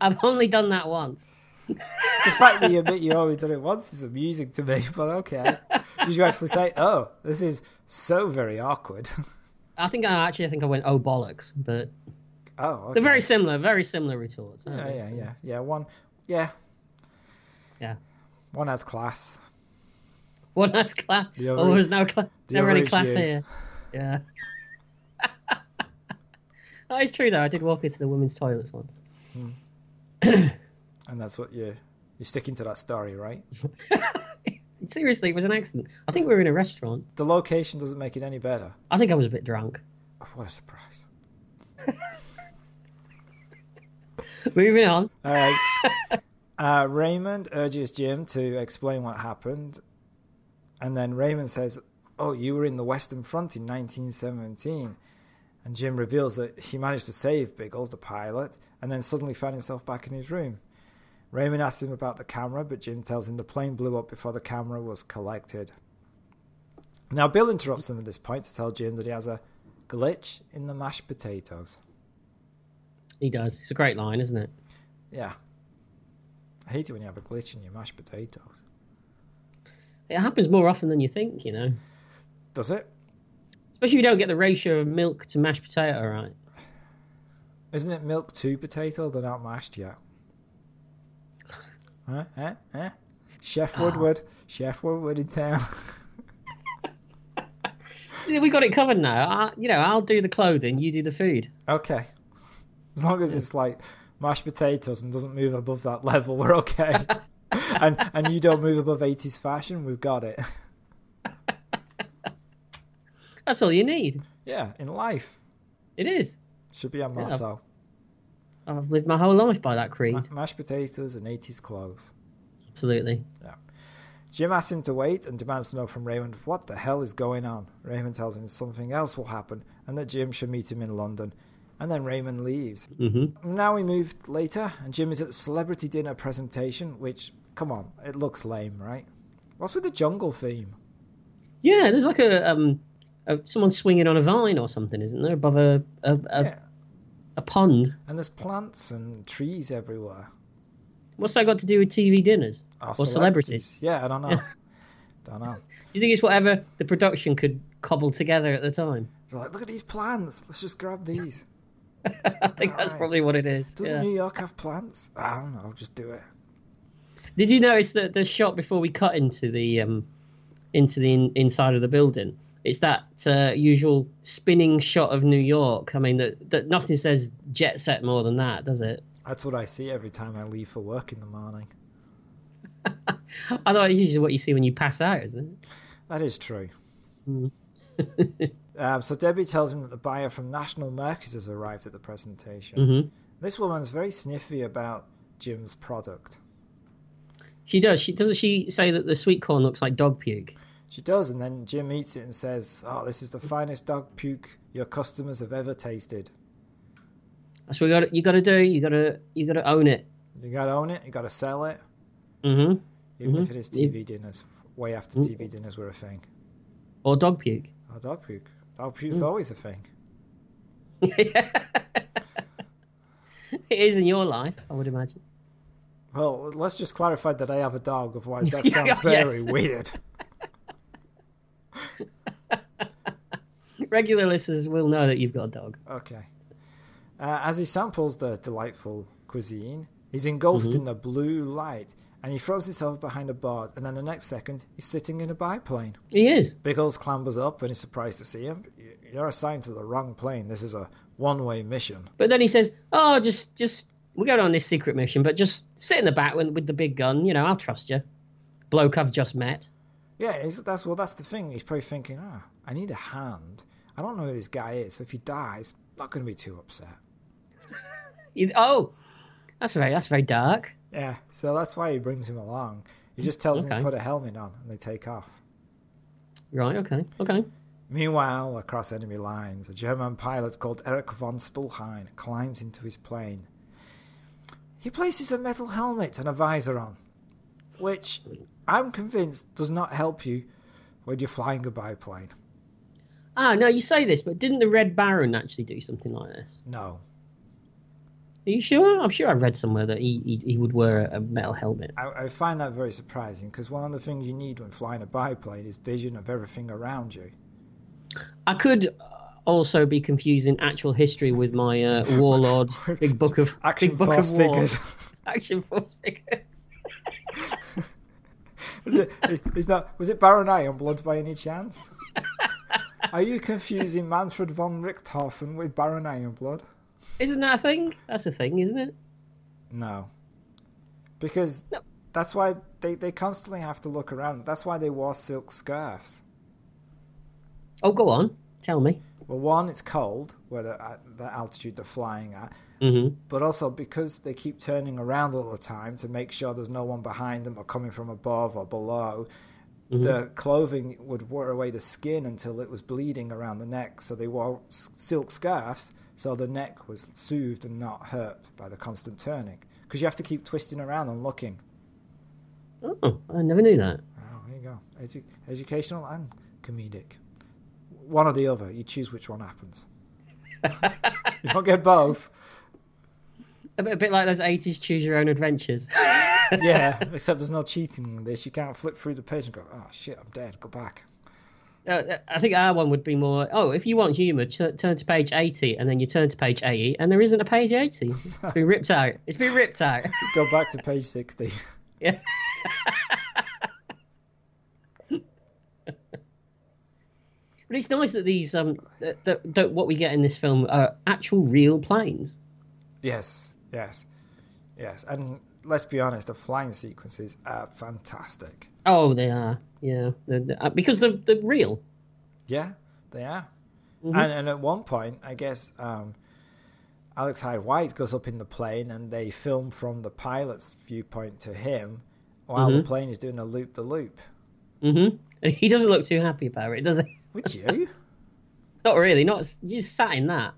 I've only done that once. The fact that you admit you only done it once is amusing to me, but okay. Did you actually say, oh, this is so very awkward? I think I actually I think I went oh bollocks, but oh, okay. they're very similar, very similar retorts. aren't Yeah, they? yeah, yeah. Yeah, one, yeah, yeah. one has class. One has class. The other- oh, there's no class. the Never other any is class you. here. Yeah. that is true though. I did walk into the women's toilets once. And that's what you, you're sticking to that story, right? Seriously, it was an accident. I think we were in a restaurant. The location doesn't make it any better. I think I was a bit drunk. Oh, what a surprise. Moving on. All right. Uh, Raymond urges Jim to explain what happened. And then Raymond says, Oh, you were in the Western Front in 1917. And Jim reveals that he managed to save Biggles, the pilot, and then suddenly found himself back in his room. Raymond asks him about the camera, but Jim tells him the plane blew up before the camera was collected. Now, Bill interrupts him at this point to tell Jim that he has a glitch in the mashed potatoes. He does. It's a great line, isn't it? Yeah. I hate it when you have a glitch in your mashed potatoes. It happens more often than you think, you know. Does it? Especially if you don't get the ratio of milk to mashed potato right. Isn't it milk to potato? They're not mashed yet. Huh? Huh? Huh? Chef Woodward. Chef Woodward in town. See, we got it covered now. I, you know, I'll do the clothing, you do the food. okay. As long as it's like mashed potatoes and doesn't move above that level, we're okay. and and you don't move above 80s fashion, we've got it. That's all you need. Yeah, in life. It is. Should be a motto. I've lived my whole life by that creed. Ma- mashed potatoes and 80s clothes. Absolutely. Jim asks him to wait and demands to know from Raymond what the hell is going on. Raymond tells him something else will happen and that Jim should meet him in London. And then Raymond leaves. Mm-hmm. Now we move later, and Jim is at the celebrity dinner presentation, which, come on, it looks lame, right? What's with the jungle theme? Yeah, there's like a um, a, someone swinging on a vine or something, isn't there? Above a a, a, Yeah. a pond. And there's plants and trees everywhere. What's that got to do with TV dinners Ah, or celebrities? Yeah, I don't know. don't know. Do you think it's whatever the production could cobble together at the time? They're like, look at these plants. Let's just grab these. I think that's Right. probably what it is. Doesn't yeah. New York have plants? I don't know. Just do it. Did you notice that the shot before we cut into the um, into the in, inside of the building? It's that uh, usual spinning shot of New York. I mean, that that nothing says jet set more than that, does it? That's what I see every time I leave for work in the morning. I thought it's usually what you see when you pass out, isn't it? That is true. um, so Debbie tells him that the buyer from National Market has arrived at the presentation. This woman's very sniffy about Jim's product. She does. She doesn't. She say that the sweet corn looks like dog puke. She does, and then Jim eats it and says, "Oh, this is the finest dog puke your customers have ever tasted. That's what you got. You got to do. You got to. You got to own it. You got to own it. You got to sell it, hmm even if it is TV dinners. Way after TV dinners were a thing. Or dog puke. Oh, dog puke. Dog puke's always a thing. It is in your life, I would imagine. Well, let's just clarify that I have a dog, otherwise that Yeah, sounds yes. very weird. Regular listeners will know that you've got a dog. Okay. Uh, as he samples the delightful cuisine, he's engulfed Mm-hmm. in the blue light and he throws himself behind a board. And then the next second, he's sitting in a biplane. He is. Biggles clambers up and is surprised to see him. "Y- You're assigned to the wrong plane. This is a one way mission. But then he says, "Oh, just, just we're going on this secret mission, but just sit in the back with, with the big gun. You know, I'll trust you." Bloke I've just met. Yeah, it's, that's well, that's the thing. He's probably thinking, ah, I need a hand. I don't know who this guy is, so if he dies, I'm not going to be too upset. He- oh, that's very, that's very dark. Yeah, so that's why he brings him along. He just tells him Okay. to put a helmet on and they take off. Right. Okay. Okay. Meanwhile, across enemy lines, a German pilot called Erich von Stuhlheim climbs into his plane. He places a metal helmet and a visor on, which I'm convinced does not help you when you're flying a biplane. Ah, no, you say this, but didn't the Red Baron actually do something like this? No. Are you sure? I'm sure I read somewhere that he he, he would wear a metal helmet. I, I find that very surprising because one of the things you need when flying a biplane is vision of everything around you. I could uh, also be confusing actual history with my uh, Warlord Big Book of Action Big Book Force of War. figures. Action Force figures. Is it- is that was it Baron Iron Blood by any chance? Are you confusing Manfred von Richthofen with Baron Iron Blood? Isn't that a thing? That's a thing, isn't it? No. Because No. that's why they, they constantly have to look around. That's why they wore silk scarves. Oh, go on, tell me. Well, one, it's cold, where the, at the altitude they're flying at, hmm but also because they keep turning around all the time to make sure there's no one behind them or coming from above or below. The clothing would wear away the skin until it was bleeding around the neck, so they wore s- silk scarves so the neck was soothed and not hurt by the constant turning. Because you have to keep twisting around and looking. Oh, I never knew that. Oh, there you go. Edu- educational and comedic. One or the other. You choose which one happens. you don't get both. A bit, a bit like those '80s choose your own adventures. Yeah, except there's no cheating in this. You can't flip through the page and go, oh shit, I'm dead. Go back. Uh, I think our one would be more. Oh, if you want humour, t- turn to page 80, and then you turn to page 80, and there isn't a page 80. It's been ripped out. It's been ripped out. Go back to page 60. yeah. but it's nice that these um that, that, that what we get in this film are actual real planes. Yes, yes, yes. And let's be honest, the flying sequences are fantastic. Oh, they are. Yeah, they're, they're- uh, because they're they're real. Yeah, they are. And, and at one point, I guess um, Alex Hyde White goes up in the plane and they film from the pilot's viewpoint to him while the plane is doing a loop the loop. Mm-hmm. And he doesn't look too happy about it, does he? Would you? Not really. Not you just sat in that.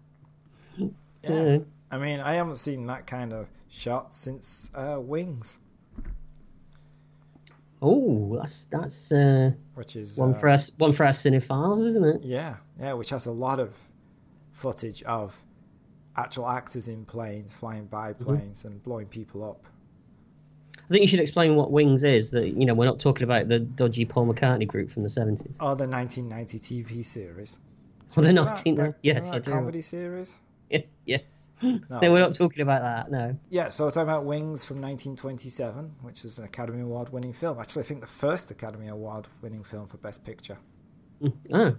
yeah. Mm-hmm. I mean, I haven't seen that kind of shot since uh, Wings, Oh, that's that's. uh which is. One uh, for us, one for our cinephiles, isn't it? Yeah, yeah, which has a lot of footage of actual actors in planes, flying biplanes, and blowing people up. I think you should explain what Wings is. That you know, we're not talking about the dodgy Paul McCartney group from the seventies Oh, the 1990 TV series. or the Remember that- nineteen. that- yes, I remember that do. comedy series. yes. No. we're not talking about that. No. Yeah, so we're talking about Wings from 1927, which is an Academy Award winning film. Actually, I think the first Academy Award winning film for Best Picture. Oh.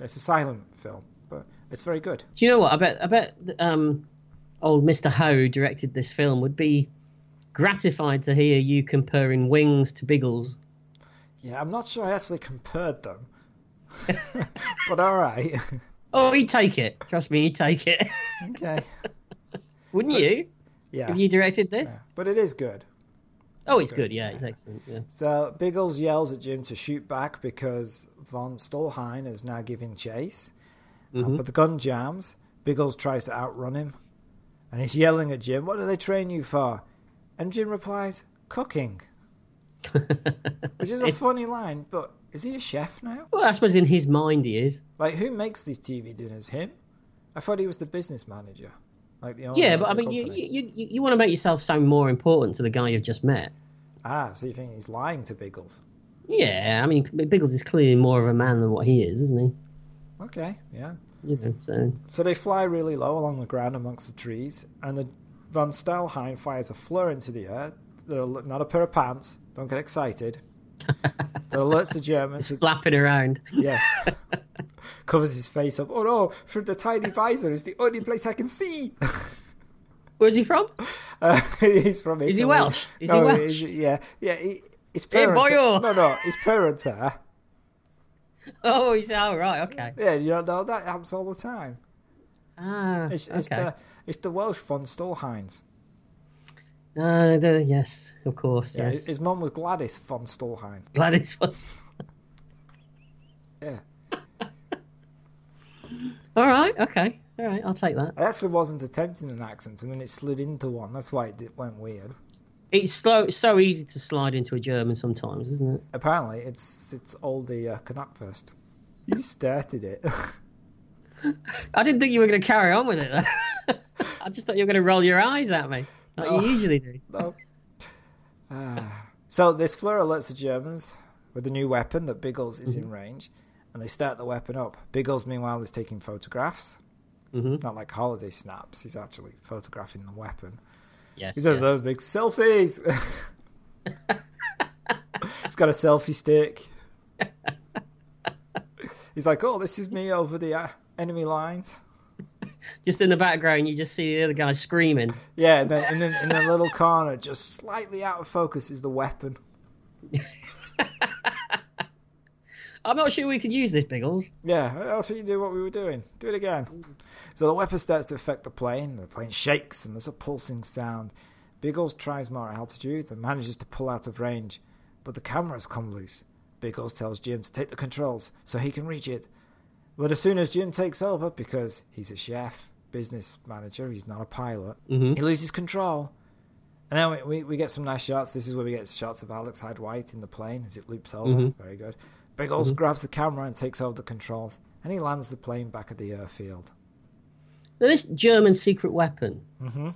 It's a silent film, but it's very good. Do you know what? I bet. I bet. Um, old Mister Ho who directed this film would be gratified to hear you comparing Wings to Biggles. Yeah, I'm not sure I actually compared them, but all right. Oh, he'd take it. Trust me, he'd take it. okay. Wouldn't you? Yeah. If you directed this? But it is good. oh, it's good. Yeah, it's excellent. Yeah. So Biggles yells at Jim to shoot back because von Stolhein is now giving chase. Uh, Mm-hmm. but the gun jams. Biggles tries to outrun him. And he's yelling at Jim, What do they train you for? And Jim replies, Cooking. Which is a funny line, but is he a chef now? Well, I suppose in his mind he is. Like, who makes these TV dinners? Him? I thought he was the business manager. Like the owner Yeah, of but I the mean, you, company. you, you, you want to make yourself sound more important to the guy you've just met. Ah, so you think he's lying to Biggles? Yeah, I mean, Biggles is clearly more of a man than what he is, isn't Okay, yeah. he? You know, so So they fly really low along the ground amongst the trees, and the von Stahlheim fires a flare into the air. They're al- not a pair of pants. Don't get excited. that alerts the Germans. just with- flapping around. yes. Covers his face up. Oh no! Through the tiny visor is the only place I can see. Where's he from? Uh, he's from Italy. he Welsh? Is he no, Welsh? he's- yeah, yeah. He, his parents. boyo! no, no. His parents are. Oh, he's all right. Okay. Yeah, you don't know that happens all the time. Ah, It's, it's okay. the it's the Welsh von Stahlheinz. Uh, the, yes, of course. Yeah, yes. his mum was Gladys von Stahlheim. Gladys was. Yeah. All right. Okay. All right. I'll take that. I actually wasn't attempting an accent, and then it slid into one. That's why it did- went weird. It's so so easy to slide into a German sometimes, isn't it? Apparently, it's it's all the uh, Canuckfest. You started it. I didn't think you were going to carry on with it. Though. I just thought you were going to roll your eyes at me, like No. you usually do. no. Ah. so this Fleur alerts the Germans with a new weapon that Biggles is in range, and they start the weapon up. Biggles, meanwhile, is taking photographs. Mhm. Not like holiday snaps. He's actually photographing the weapon. Yes. He does yeah. those big selfies. He's got a selfie stick. He's like, oh, this is me over the uh, enemy lines. Just in the background, you just see the other guy screaming. Yeah, and then, and then in the little corner, just slightly out of focus, is the weapon. I'm not sure we could use this, Biggles. Yeah, I think you knew what we were doing. Do it again. So the weapon starts to affect the plane. The plane shakes, and there's a pulsing sound. Biggles tries more at altitude and manages to pull out of range, but the cameras come loose. Biggles tells Jim to take the controls so he can reach it. But as soon as Jim takes over, because he's a chef, business manager, he's not a pilot, he loses control. And then we, we, we get some nice shots. This is where we get shots of Alex Hyde White in the plane as it loops over. Mm-hmm. Very good. Biggles grabs the camera and takes over the controls, and he lands the plane back at the airfield. Now, this German secret weapon. Mm-hmm.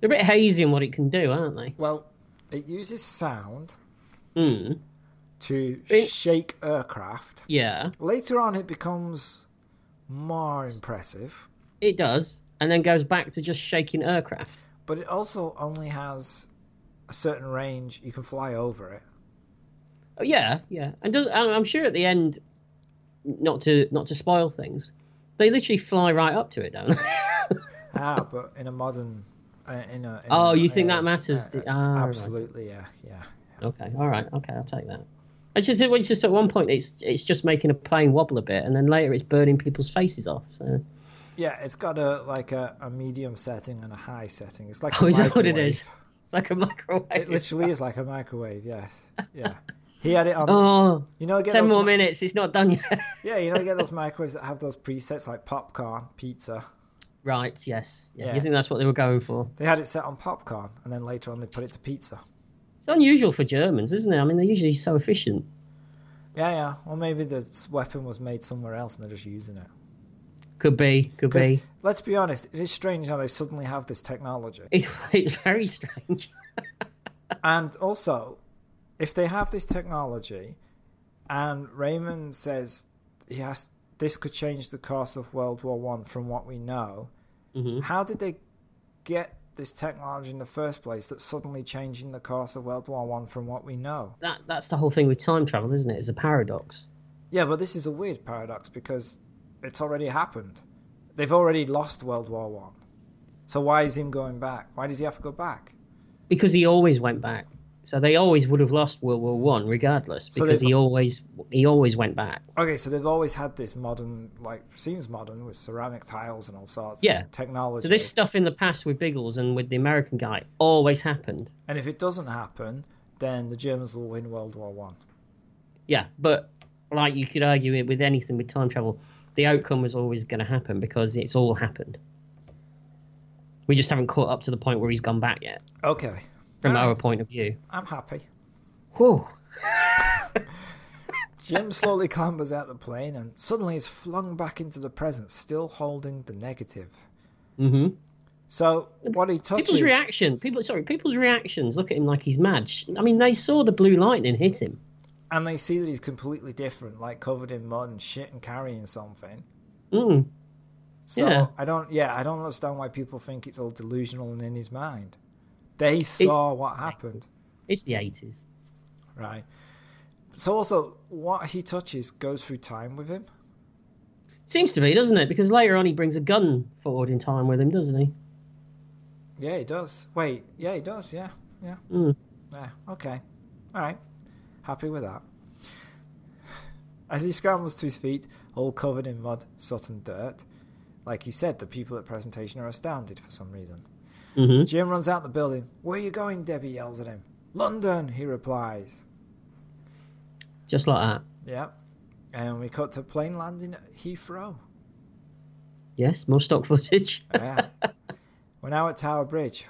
They're a bit hazy in what it can do, aren't they? Well, it uses sound Mm. to It- shake aircraft. Yeah, Later on, it becomes more impressive, it does, and then goes back to just shaking aircraft. but it also only has a certain range. You can fly over it. Oh, yeah, yeah, and does, and I'm sure at the end, not to not to spoil things, they literally fly right up to it, don't they? Ah, but in a modern. Uh, in a, in Oh, a- you think yeah, that matters, do- ah, right. absolutely, yeah, yeah. okay, all right, okay, I'll take that. It's just, it's just at one point it's it's just making a plane wobble a bit, and then later it's burning people's faces off. So Yeah, it's got a like a, a medium setting and a high setting. It's like oh, a is that what it microwave. is? It's like a microwave. It literally is like a microwave. Yes. Yeah. He had it on. Oh, you know, get ten those more mi- minutes. It's not done yet. Yeah, you know, you get those microwaves that have those presets like popcorn, pizza. right. Yes. Yeah. Yeah. You think that's what they were going for? They had it set on popcorn, and then later on they put it to pizza. It's unusual for Germans, isn't it? I mean, they're usually so efficient. Yeah, yeah. Or maybe the s- weapon was made somewhere else, and they're just using it. Could be. Could 'Cause be. let's be honest, it is strange how they suddenly have this technology. It's it's very strange. And also, if they have this technology, and Raymond says he has this could change the course of World War One from what we know, how did they get this technology in the first place? That's suddenly changing the course of World War One from what we know. That that's the whole thing with time travel, isn't it? It's a paradox. Yeah, but this is a weird paradox because it's already happened. They've already lost World War One, so why is him going back? Why does he have to go back? because he always went back. So they always would have lost World War One regardless, So because they've- he always he always went back. Okay, so they've always had this modern, like seems modern, with ceramic tiles and all sorts. Yeah. of technology. So this stuff in the past with Biggles and with the American guy always happened. And if it doesn't happen, then the Germans will win World War One. Yeah, but like you could argue it with anything with time travel, the outcome was always going to happen because it's all happened. We just haven't caught up to the point where he's gone back yet, Okay, from Ah. our point of view. I'm happy. Whew. Jim slowly clambers out the plane and suddenly is flung back into the present, still holding the negative. hmm So what he touches. People's reaction, people, sorry, people's reactions look at him like he's mad. Sh- I mean, they saw the blue lightning hit him. And they see that he's completely different, like covered in mud and shit and carrying something. Mm. So Yeah. I don't, yeah, I don't understand why people think it's all delusional and in his mind. They saw what happened. It's the 80s. Right. So also, what he touches goes through time with him. Seems to be, doesn't it? Because later on he brings a gun forward in time with him, doesn't he? Yeah, he does. Wait, yeah, he does. Yeah, yeah, Mm. yeah. Okay, all right. Happy with that. As he scrambles to his feet, all covered in mud, soot, and dirt, like you said, the people at presentation are astounded for some reason. Mhm. Jim runs out the building. Where are you going? Debbie yells at him. London, he replies. Just like that. Yep. And we cut to plane landing at Heathrow. Yes, more stock footage. Yeah. We're now at Tower Bridge.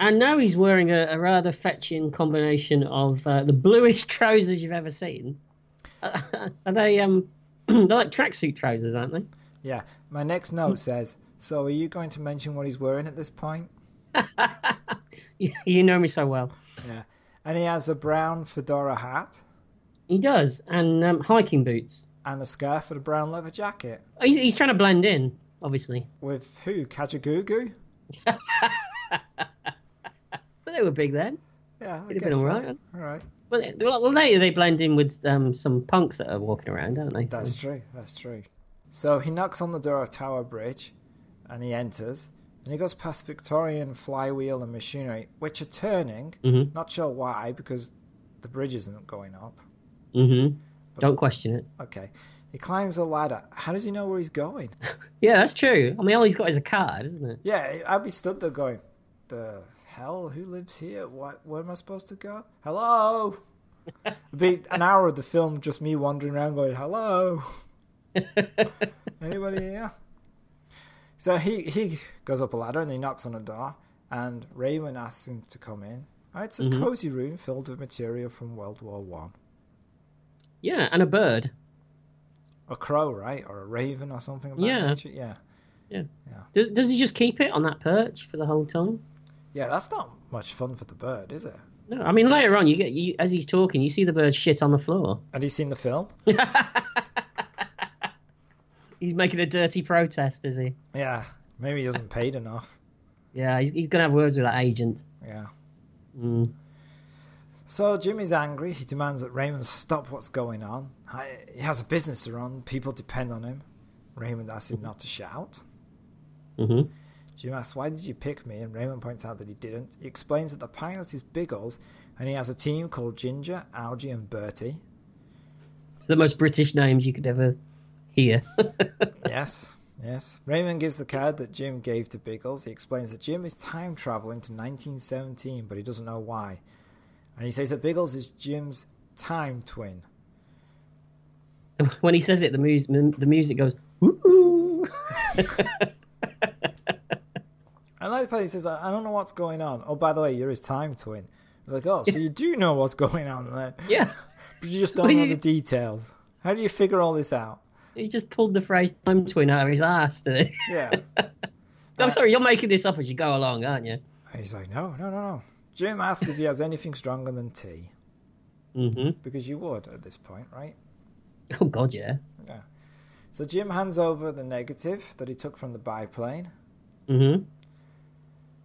and now he's wearing a, a rather fetching combination of uh, the bluest trousers you've ever seen. are they um? they're like tracksuit trousers, aren't they? Yeah. My next note says, "So are you going to mention what he's wearing at this point?" You, you know me so well. Yeah. And he has a brown fedora hat He does, and um, hiking boots. and a scarf and a brown leather jacket. He's, he's trying to blend in, obviously. With who? Kajagoogoo? But they were big then. Yeah, I It'd guess have been all so. right. All right. Well, they, well, they they blend in with um, some punks that are walking around, don't they? That's true. That's true. So he knocks on the door of Tower Bridge, and he enters. And he goes past Victorian flywheel and machinery, which are turning. Mhm. Not sure why, because the bridge isn't going up. Mm-hmm. Don't question it. Okay. He climbs a ladder. How does he know where he's going? Yeah, that's true. I mean, all he's got is a card, isn't it? Yeah, I'd be stood there going, "The hell? Who lives here? What? Where am I supposed to go? Hello." It'd be an hour of the film just me wandering around going, "Hello, anybody here?" So he he goes up a ladder and he knocks on a door, and Raymond asks him to come in. And it's a cozy room filled with material from World War One. Yeah, and a bird. A crow, right, or a raven, or something. Of that Yeah. nature. yeah, Does does he just keep it on that perch for the whole time? yeah. That's not much fun for the bird, is it? No, I mean later on, you get you, as he's talking, you see the bird shit on the floor. Had he seen the film? He's making a dirty protest, is he? Yeah, maybe he doesn't paid enough. Yeah, he's, he's gonna have words with that agent. Yeah. Mm. So Jimmy's angry. He demands that Raymond stop what's going on. I- He has a business to run. People depend on him. Raymond asks him not to shout. Mhm. Jim asks, "Why did you pick me?" And Raymond points out that he didn't. He explains that the pilot is Biggles, and he has a team called Ginger, Algie, and Bertie. The most British names you could ever hear. Yes, yes. Raymond gives the card that Jim gave to Biggles. He explains that Jim is time traveling to 1917, but he doesn't know why. And he says that Biggles is Jim's time twin. when he says it, the music the music goes. Woo! And like the he says, I I don't know what's going on. Oh, by the way, you're his time twin. It's like, oh, so you do know what's going on there, yeah, but you just don't Well, know you- the details. How do you figure all this out? he just pulled the phrase "time twin" out of his ass, did he? Yeah. I'm sorry, you're making this up as you go along, aren't you? And he's like, no, no, no, no. Jim asks if he has anything stronger than tea, hmm because you would at this point, right? Oh God, yeah. So Jim hands over the negative that he took from the biplane. hmm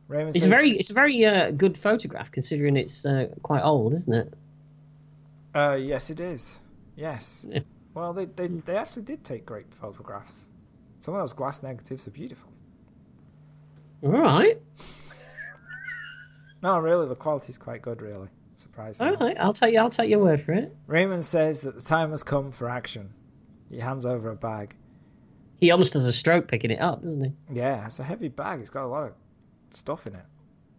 Raymond It's says, very, it's a very uh, good photograph considering it's uh, quite old, isn't it? Uh, yes, it is. Yes. Yeah. Well, they, they they actually did take great photographs. Some of those glass negatives are beautiful. All right, No, really, the quality's quite good. Really, surprising. all right. I'll take, I'll take your word for it. Raymond says that the time has come for action. He hands over a bag. He almost has a stroke picking it up, doesn't he? Yeah, it's a heavy bag. It's got a lot of stuff in it.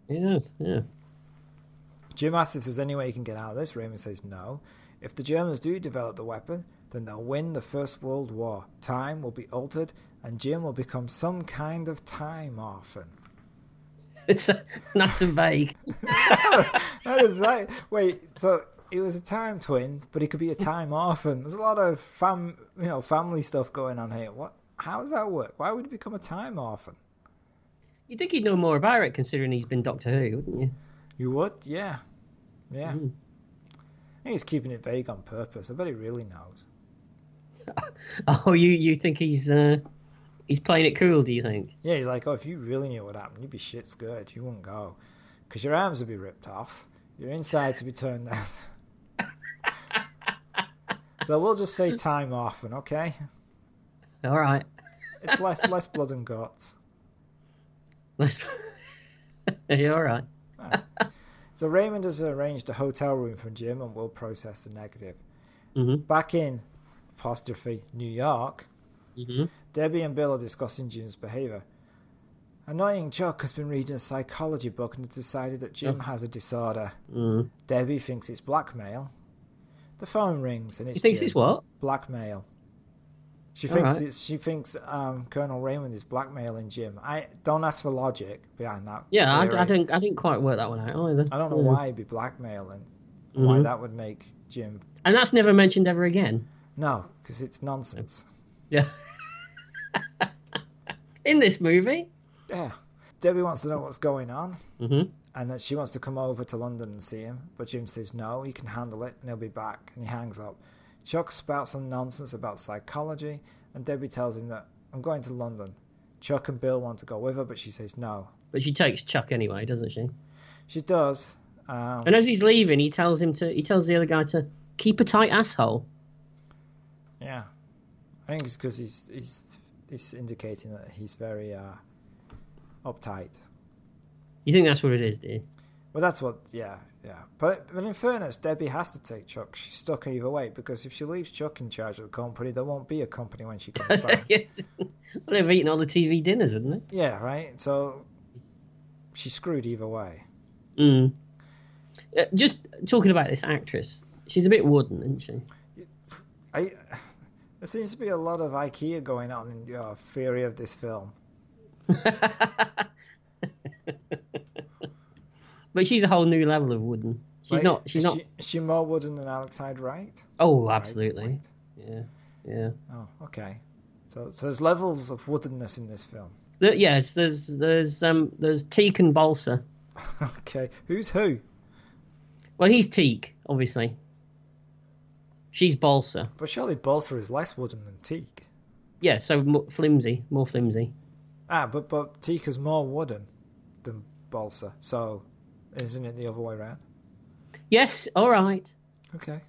He does. Yeah. Jim asks if there's any way he can get out of this. Raymond says no. If the Germans do develop the weapon, then they'll win the First World War. Time will be altered, and Jim will become some kind of time orphan. It's uh, nice and vague. That is right. Wait, so he was a time twin, but he could be a time orphan. There's a lot of fam, you know, family stuff going on here. What? How does that work? Why would he become a time orphan? You'd think he'd know more about it considering he's been Doctor Who, wouldn't you? You would, Hmm. yeah, yeah. I think he's keeping it vague on purpose. I bet he really knows. Oh, you, you think he's uh, he's playing it cool? Do you think? Yeah, he's like, oh, if you really knew what happened, you'd be shit scared. You wouldn't go, because your arms would be ripped off, your insides would be turned out. so we'll just say time orphan, okay? All right. It's less less blood and guts. Let's. You're all right. So Raymond has arranged a hotel room for Jim and will process the negative. Mhm. Back in apostrophe New York, Mhm. Debbie and Bill are discussing Jim's behavior. Annoying Chuck has been reading a psychology book and has decided that Oh. Jim has a disorder. Mm. Debbie thinks it's blackmail. The phone rings and it's He thinks Jim. it's what? blackmail. She All thinks right. it's, she thinks um, Colonel Raymond is blackmailing Jim. I don't ask for logic behind that. Yeah, I, theory. I didn't. I didn't quite work that one out either. I don't know Yeah. Mm-hmm. why he'd be blackmailing. Why that would make Jim And that's never mentioned ever again. no, because it's nonsense. Yeah. In this movie. Yeah. Debbie wants to know what's going on, Mhm. and that she wants to come over to London and see him. But Jim says no, he can handle it, and he'll be back. And he hangs up. Chuck spouts some nonsense about psychology, and Debbie tells him that I'm going to London. Chuck and Bill want to go with her, but she says no. But she takes Chuck anyway, doesn't she? She does. Um, And as he's leaving, he tells him to. He tells the other guy to keep a tight asshole. yeah, I think it's because he's he's he's indicating that he's very uh, uptight. You think that's what it is, do you? Well, that's what, yeah, yeah. But, but in fairness, Debbie has to take Chuck. She's stuck either way because if she leaves Chuck in charge of the company, there won't be a company when she comes back. Yes. well, they've eaten all the TV dinners, wouldn't yeah, right. So she's screwed either way. they? Hmm. Mm. Uh, Just talking about this actress, she's a bit wooden, isn't she? I. There seems to be a lot of IKEA going on in your theory of this film. But she's a whole new level of wooden. She's Like, not. She's is not. She, is she more wooden than Alex Hyde Wright. Oh, Right, absolutely. right. Yeah. Yeah. Oh, okay. So, so there's levels of woodenness in this film. There- yes. There's there's um there's teak and balsa. Okay, who's who? Well, he's teak, obviously. She's balsa. But surely balsa is less wooden than teak. Yeah. So mo flimsy, more flimsy. Ah, but but teak is more wooden than balsa, so isn't it the other way around? Yes. All right. Okay.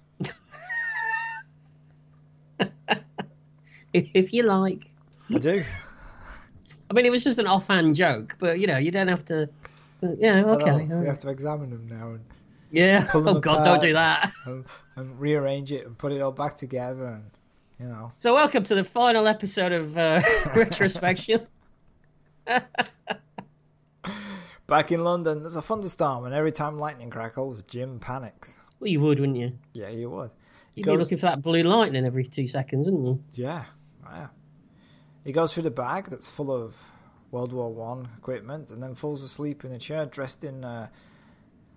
If, if you like. I do. I mean, it was just an offhand joke, but you know, you don't have to. but, Yeah. Okay. Although all We have right. to examine them now and, Yeah. pull them Oh God, don't apart. do that. and and rearrange it and put it all back together and you know. So, welcome to the final episode of uh, retrospection. Back in London, there's a thunderstorm, and every time lightning crackles, Jim panics. Well, you would, wouldn't you? Yeah, you would. You'd Goes- be looking for that blue lightning every two seconds, wouldn't you? Yeah, yeah. He goes through the bag that's full of World War One equipment, and then falls asleep in a chair dressed in a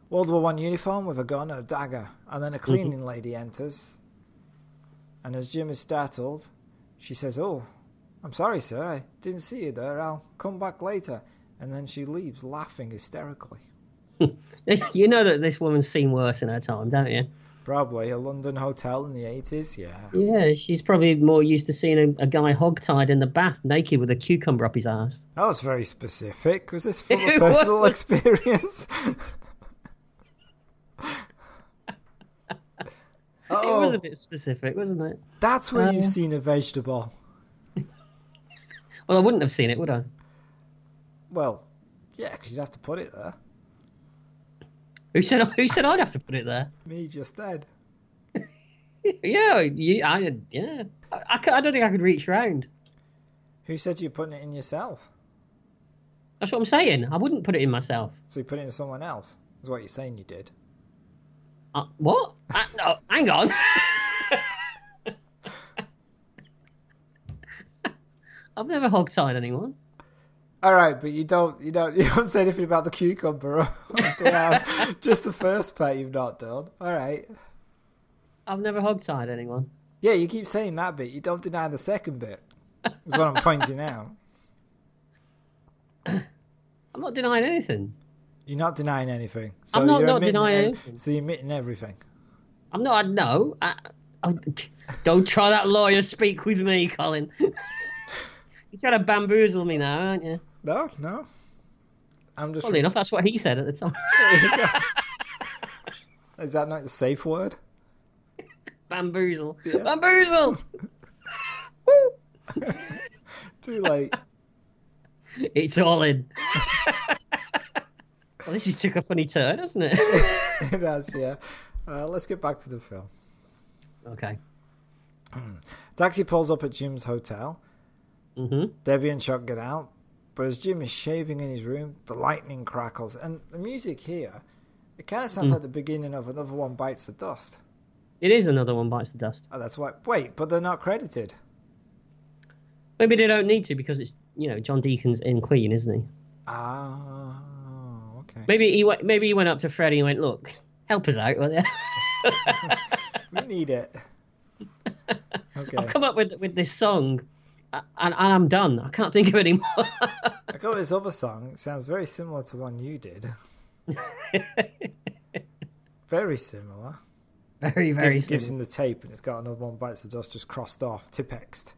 World War One uniform with a gun and a dagger. And then a cleaning lady enters, and as Jim is startled, she says, "Oh, I'm sorry, sir. I didn't see you there. I'll come back later." And then she leaves, laughing hysterically. You know that this woman's seen worse in her time, don't you? Probably a London hotel in the eighties. Yeah. Yeah, she's probably more used to seeing a, a guy hogtied in the bath naked with a cucumber up his ass. That was very specific. Was this from a It personal was. experience? It was oh, a bit specific, wasn't it? that's where you've seen a vegetable. Well, I wouldn't have seen it, would I? Well, yeah, because you'd have to put it there. Who said Who said I'd have to put it there? Me just then. Yeah, you, I, yeah. I, I, ca- I don't think I could reach round. Who said you're putting it in yourself? That's what I'm saying. I wouldn't put it in myself. So you put it in someone else. Is what you're saying you did. Uh, what? I, no, hang on. I've never hogtied anyone. All right, but you don't, you don't, you don't say anything about the cucumber or anything else. Just the first part you've not done. All right. I've never hogtied anyone. Yeah, you keep saying that bit. You don't deny the second bit. Is what I'm pointing out. I'm not denying anything. You're not denying anything. So I'm not- you're not admitting denying ev- anything. So you're admitting everything. I'm not. No, I, I, don't try that lawyer speak with me, Colin. You're trying to bamboozle me now, aren't you? No, no. I'm just. Funnily enough, that's what he said at the time. Is that not the safe word? bamboozle, bamboozle. Too late. It's all in. well, this has took a funny turn, hasn't it? it has, yeah. Uh, let's get back to the film. okay. Taxi pulls up at Jim's hotel. hmm Debbie and Chuck get out, but as Jim is shaving in his room, the lightning crackles, and the music here. It kind of sounds Hmm. like the beginning of another one bites the dust. It is another one bites the dust. Oh, that's why. Wait, but they're not credited. Maybe they don't need to because it's you know John Deacon's in Queen, isn't he? Ah, okay. Maybe he went, maybe he went up to Freddie and went, "Look, help us out, will you? We need it. Okay. I've come up with with this song, a- and, and I'm done. I can't think of any more." I got this other song. It sounds very similar to one you did. very similar. very very Gives, gives simple. him the tape, and it's got another one bites the dust just crossed off, tipexed.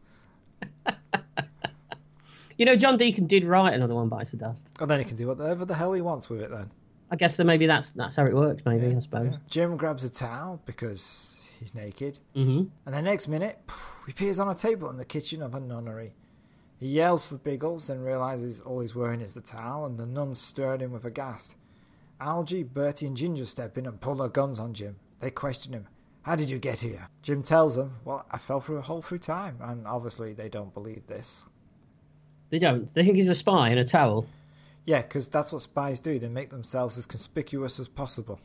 You know, John Deacon did write another one bites the dust. And then he can do whatever the hell he wants with it. Then I guess that maybe that's that's how it works. Maybe I suppose. Jim grabs a towel because he's naked, hmm and the next minute he appears on a table in the kitchen of a nunnery. He yells for Biggles and realizes all he's wearing is the towel, and the nuns stare at him with aghast. Algie, Bertie, and Ginger step in and pull their guns on Jim. They question him. How did you get here? Jim tells them, Well, I fell through a hole through time, and obviously they don't believe this. They don't. They think he's a spy in a towel. Yeah, because that's what spies do. They make themselves as conspicuous as possible.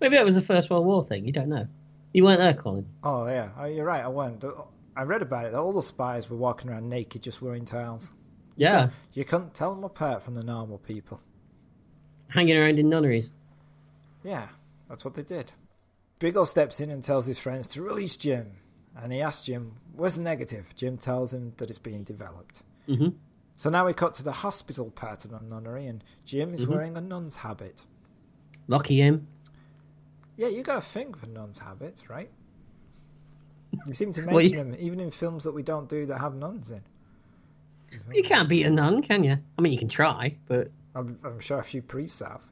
Maybe that was a First World War thing. You don't know. You weren't there, Colin. Oh, yeah, oh, you're right, I went. I read about it. All the spies were walking around naked just wearing towels. Yeah, You couldn't tell them apart from the normal people. hanging around in nunneries. Yeah, that's what they did. Biggle steps in and tells his friends to release Jim. And he asks Jim, where's the negative? Jim tells him that it's being developed. Mhm. So now we cut to the hospital part of the nunnery, and Jim is wearing a nun's habit. Lucky him. Yeah, you got to think of a nun's habit, right? You seem to mention Well, you- them even in films that we don't do that have nuns in. You can't beat a nun, can you? I mean, you can try, but I'm, I'm sure a few priests have.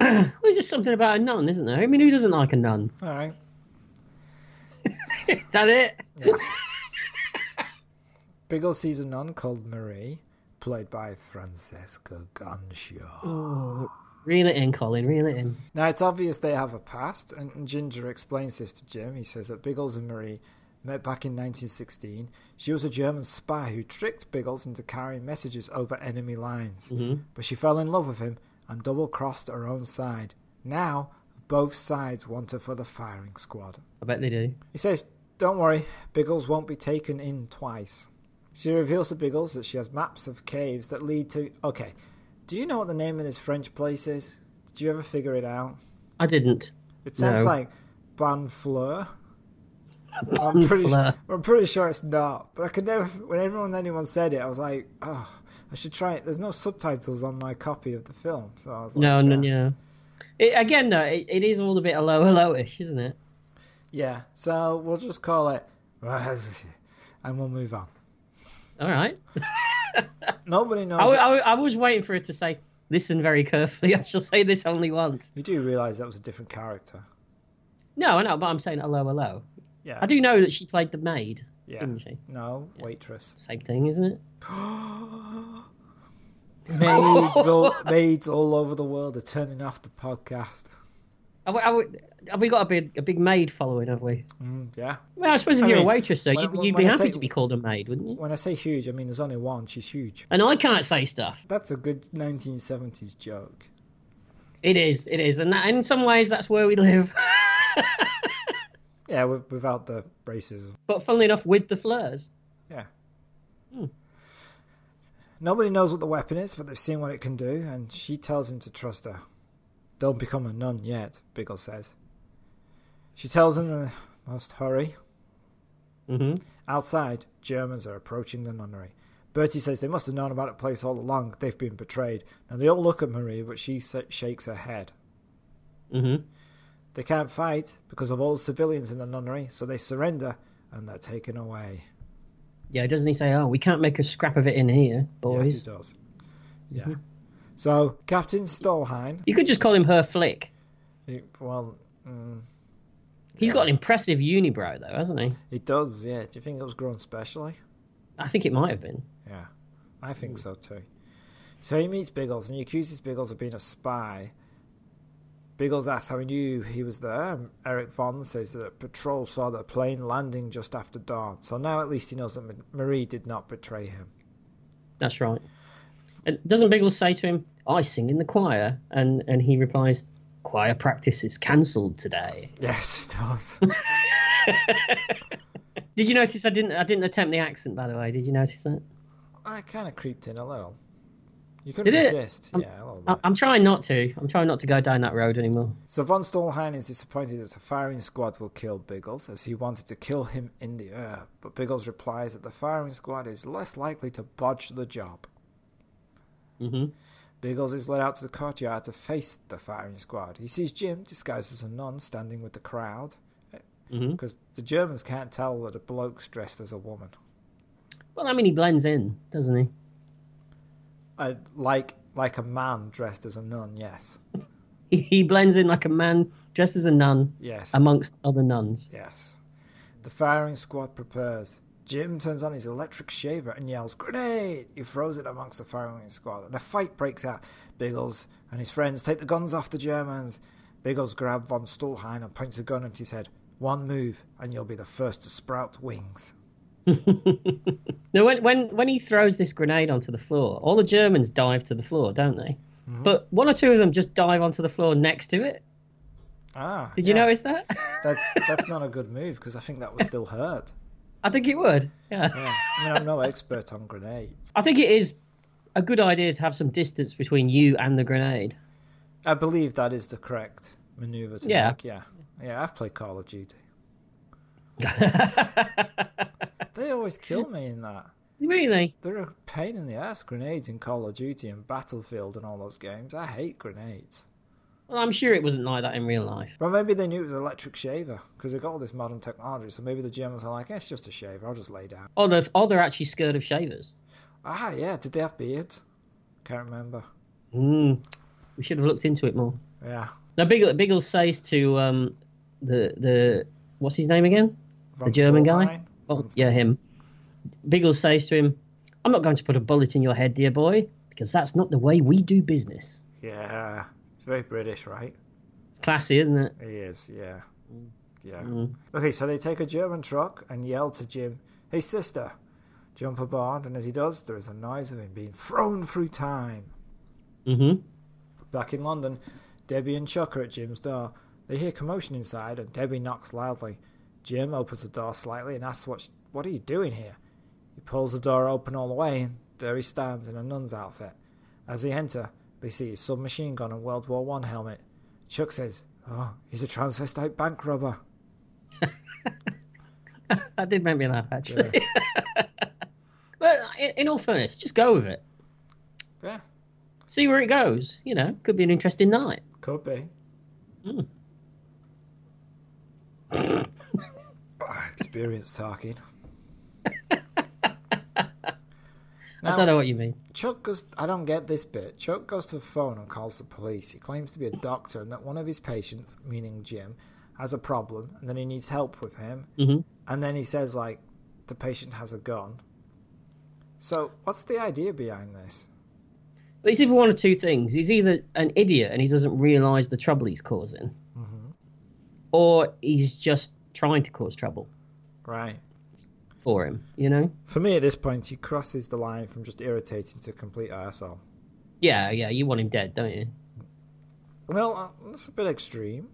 there's just something about a nun, isn't there? I mean, who doesn't like a nun? All right. Is that it? Biggle sees a nun called Marie, played by Francesca Ganshaw. Reel it in, Colin. Reel it in. Now it's obvious they have a past, and and Ginger explains this to Jim. He says that Biggles and Marie met back in 1916. She was a German spy who tricked Biggles into carrying messages over enemy lines, but she fell in love with him and double-crossed her own side. Now both sides want her for the firing squad. I bet they do. He says, "Don't worry, Biggles won't be taken in twice." She reveals to Biggles that she has maps of caves that lead to. Okay, do you know what the name of this French place is? Did you ever figure it out? I didn't. It sounds No. like Banfleur. I'm pretty, Banfleur. I'm pretty sure it's not, but I could never. When everyone, anyone said it, I was like, "Oh, I should try it." There's no subtitles on my copy of the film, so I was like, No, uh, no, yeah. It, again, though, it, it is all a bit hello, hello-ish, isn't it? yeah." So we'll just call it, and we'll move on. All right. Nobody knows. I, wa- I, wa- I was waiting for it to say, "Listen very carefully." I shall say this only once. You do realize that was a different character. No, I know, but I'm saying hello, hello. Yeah. I do know that she played the maid. Yeah. didn't she? No, waitress. Same thing, isn't it? Maids all maids all over the world are turning off the podcast. Have we, have we- have we got a big, a big maid following, have we? Yeah. Well, I suppose if I you're mean, a waitress, though, when- you'd, when- you'd be when I happy say- to be called a maid, wouldn't you? When I say huge, I mean there's only one. She's huge. And I can't say stuff. That's a good 1970s joke. It is, it is, and that, in some ways, that's where we live. Yeah, with, without the racism. but funnily enough, with the flurs. Yeah. Hmm. Nobody knows what the weapon is, but they've seen what it can do, and she tells him to trust her. Don't become a nun yet, Biggle says. She tells him they must hurry. hmm Outside, Germans are approaching the nunnery. Bertie says they must have known about the place all along. They've been betrayed. Now they all look at Marie, but she sa- shakes her head. hmm They can't fight because of all the civilians in the nunnery, so they surrender and they're taken away. Yeah, doesn't he say, "Oh, we can't make a scrap of it in here, boys"? Yes, he does. Yeah. So Captain Stolheim. you could just call him her flick. he- well, He's got an impressive unibrow, though, hasn't he? it does. Yeah. Do you think it was grown specially? I think it might have been. Yeah, I Hmm. think so too. So he meets Biggles and he accuses Biggles of being a spy. Biggles asks how he knew he was there. and Eric Vaughn says that a patrol saw the plane landing just after dawn. So now at least he knows that Ma- Marie did not betray him. That's right. And doesn't Biggles say to him, "I sing in the choir," and and he replies, "Choir practice is cancelled today." Yes, it does. Did you notice I didn't I didn't attempt the accent by the way? Did you notice that? I kind of creeped in a little. You couldn't Did it? Um, uh, resist. yeah, a little bit. I, I'm trying not to. I'm trying not to go down that road anymore. So von Stolheim is disappointed that the firing squad will kill Biggles, as he wanted to kill him in the air. But Biggles replies that the firing squad is less likely to bodge the job. hmm Biggles is led out to the courtyard to face the firing squad. He sees Jim, disguised as a nun, standing with the crowd, hmm because the Germans can't tell that a bloke's dressed as a woman. Well, I mean, he blends in, doesn't he? Uh, like like a man dressed as a nun, yes. He, he blends in like a man dressed as a nun Yes. amongst other nuns. Yes. The firing squad prepares. Jim turns on his electric shaver and yells, Grenade! He throws it amongst the firing squad, and a fight breaks out. Biggles and his friends take the guns off the Germans. Biggles grabs von Stuhlheim and points a gun at his head. One move, and you'll be the first to sprout wings. Now, when, when when he throws this grenade onto the floor, all the Germans dive to the floor, don't they? But one or two of them just dive onto the floor next to it. Ah. Did you yeah. notice that? That's, that's not a good move, because I think that would still hurt. I think it would. Yeah. Yeah. I mean, I'm no expert on grenades. I think it is a good idea to have some distance between you and the grenade. I believe that is the correct maneuver to Yeah. make, yeah. Yeah, I've played Call of Duty. They always kill me in that. really? They're a pain in the ass, grenades in Call of Duty and Battlefield and all those games. I hate grenades. Well, I'm sure it wasn't like that in real life. Well, maybe they knew it was an electric shaver because they got all this modern technology. So maybe the Germans are like, eh, it's just a shaver. I'll just lay down. Or they're, or they're actually scared of shavers. Ah, yeah. Did they have beards? Can't remember. Mm. We should have looked into it more. Yeah. Now, Biggles, Biggles says to um, the the what's his name again? Von the German guy. Stolheim? Oh, yeah, him. Biggles says to him, "I'm not going to put a bullet in your head, dear boy, because that's not the way we do business." Yeah. It's very British, right? It's classy, isn't it? He is, yeah. Yeah. Okay, so they take a German truck and yell to Jim, Hey, sister, jump aboard. And as he does, there is a noise of him being thrown through time. Mm-hmm. Back in London, Debbie and Chuck are at Jim's door. They hear commotion inside, and Debbie knocks loudly. Jim opens the door slightly and asks, "What? What are you doing here?" He pulls the door open all the way, and there he stands in a nun's outfit. As they enter, they see his submachine gun and World War One helmet. Chuck says, "Oh, he's a transvestite bank robber." That did make me laugh, actually. but in, in all fairness, just go with it. Yeah, See where it goes. You know, could be an interesting night. could be. Ah, Experience talking. I don't know what you mean. Chuck goes. I don't get this bit. Chuck goes to the phone and calls the police. He claims to be a doctor and that one of his patients, meaning Jim, has a problem and then he needs help with him. Mhm. And then he says like, the patient has a gun. So what's the idea behind this? But it's either one of two things. He's either an idiot and he doesn't realise the trouble he's causing, or he's just trying to cause trouble Right. for him, you know? For me, at this point, he crosses the line from just irritating to complete arsehole. Yeah, yeah, you want him dead, don't you? Well, uh, that's a bit extreme.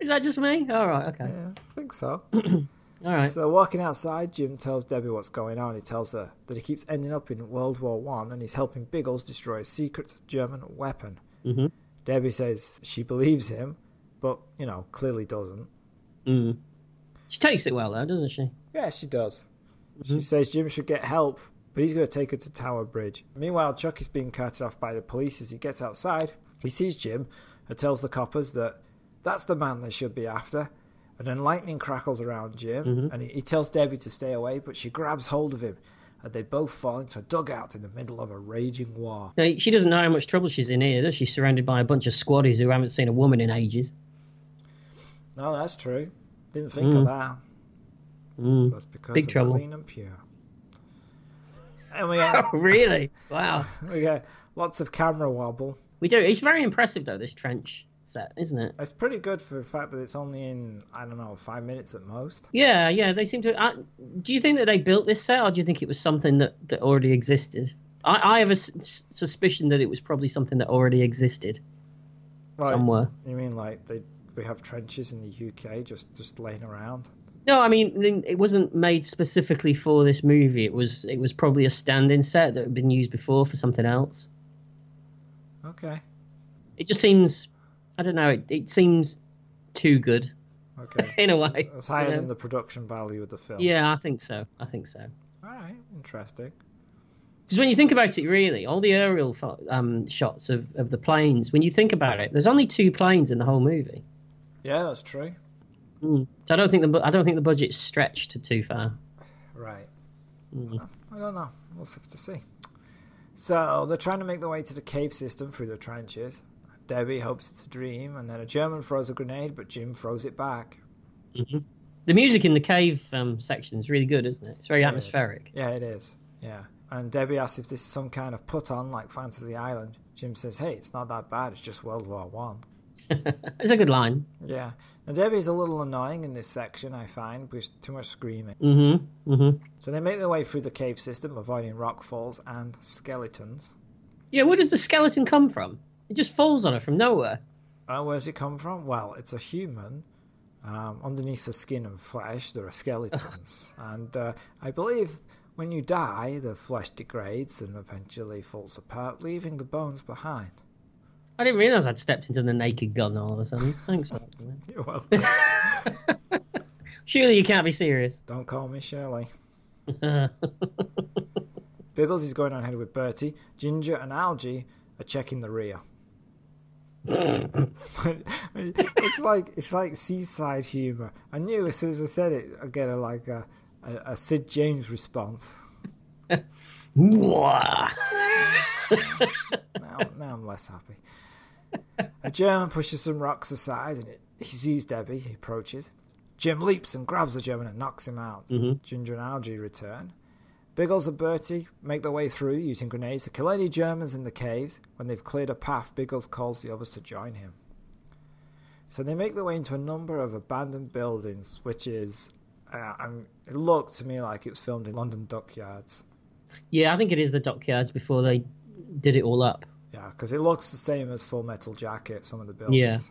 Is that just me? All right, okay. Yeah, I think so. All right. So walking outside, Jim tells Debbie what's going on. He tells her that he keeps ending up in World War One and he's helping Biggles destroy a secret German weapon. Mhm. Debbie says she believes him, but you know clearly doesn't. Mm. She takes it well, though, doesn't she? Yeah, she does. Mm-hmm. She says Jim should get help, but he's going to take her to Tower Bridge. Meanwhile, Chuck is being carted off by the police as he gets outside. He sees Jim and tells the coppers that that's the man they should be after. And then lightning crackles around Jim, Mm-hmm. and he, he tells Debbie to stay away, but she grabs hold of him, and they both fall into a dugout in the middle of a raging war. Now, she doesn't know how much trouble she's in here, does she? Surrounded by a bunch of squaddies who haven't seen a woman in ages. No, that's true. Didn't think of that. Mm. That's because Mm-hmm. Big I'm trouble. clean and pure. And we have, Really? Wow. we get lots of camera wobble. We do. It's very impressive, though, this trench set, isn't it? It's pretty good for the fact that it's only in I don't know five minutes at most. Yeah, yeah. They seem to. I, do you think that they built this set, or do you think it was something that, that already existed? I, I have a s- suspicion that it was probably something that already existed Right. somewhere. You mean like they we have trenches in the UK just just laying around? No, I mean I mean, it wasn't made specifically for this movie. It was it was probably a stand-in set that had been used before for something else. Okay, It just seems, I don't know. It, it seems too good okay. in a way. It's higher you know? than the production value of the film. Yeah, I think so. I think so. All right. Interesting. Because when you think about it, really, all the aerial fo- um, shots of, of the planes, when you think about it, there's only two planes in the whole movie. Yeah, that's true. So I don't think the bu- I don't think the budget's stretched to too far. Right. Mm. I don't know. We'll have to see. So they're trying to make their way to the cave system through the trenches. Debbie hopes it's a dream, and then a German throws a grenade, but Jim throws it back. The music in the cave um, section is really good, isn't it? It's very atmospheric. Yeah, it is. Yeah. And Debbie asks if this is some kind of put on like Fantasy Island. Jim says, Hey, it's not that bad, it's just World War One. It's a good line. Yeah. And Debbie's a little annoying in this section, I find, because too much screaming. Mm-hmm. Mm-hmm. So they make their way through the cave system, avoiding rock falls and skeletons. Yeah, where does the skeleton come from? It just falls on her from nowhere. Uh, where's it come from? Well, it's a human. Um, underneath the skin and flesh, there are skeletons. and uh, I believe when you die, the flesh degrades and eventually falls apart, leaving the bones behind. I didn't realise I'd stepped into the naked gun all of a sudden. Thanks. for that. You're welcome. Surely you can't be serious. Don't call me Shirley. Biggles is going on ahead with Bertie. Ginger and Algie are checking the rear. it's like it's like seaside humour. I knew as soon as I said it, I'd get a like a, a, a Sid James response. Mwah. Now, now I'm less happy. A German pushes some rocks aside, and it, he sees Debbie. He approaches. Jim leaps and grabs the German and knocks him out. Ginger and Algie return. Biggles and Bertie make their way through using grenades to kill any Germans in the caves. When they've cleared a path, Biggles calls the others to join him. So they make their way into a number of abandoned buildings, which is, uh, um, it looked to me like it was filmed in London dockyards. Yeah, I think it is the dockyards before they did it all up. Yeah, because it looks the same as Full Metal Jacket. Some of the buildings.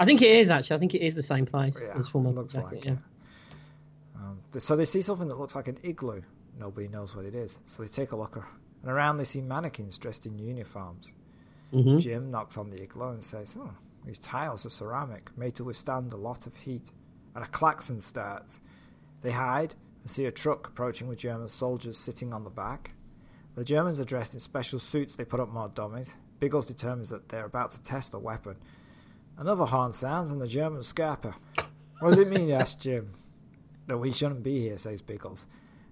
I think it is actually. I think it is the same place as Full Oh, it Metal looks Jacket. like yeah. it. Th- So they see something that looks like an igloo. Nobody knows what it is. So they take a look, ar- and around they see mannequins dressed in uniforms. Jim knocks on the igloo and says, "Hmm, these tiles are ceramic, made to withstand a lot of heat." And a klaxon starts. They hide and see a truck approaching with German soldiers sitting on the back. The Germans are dressed in special suits. They put up more dummies. Biggles determines that they're about to test a weapon. Another horn sounds, and the Germans scarper. What does it mean? asks Jim. No, we shouldn't be here, says Biggles.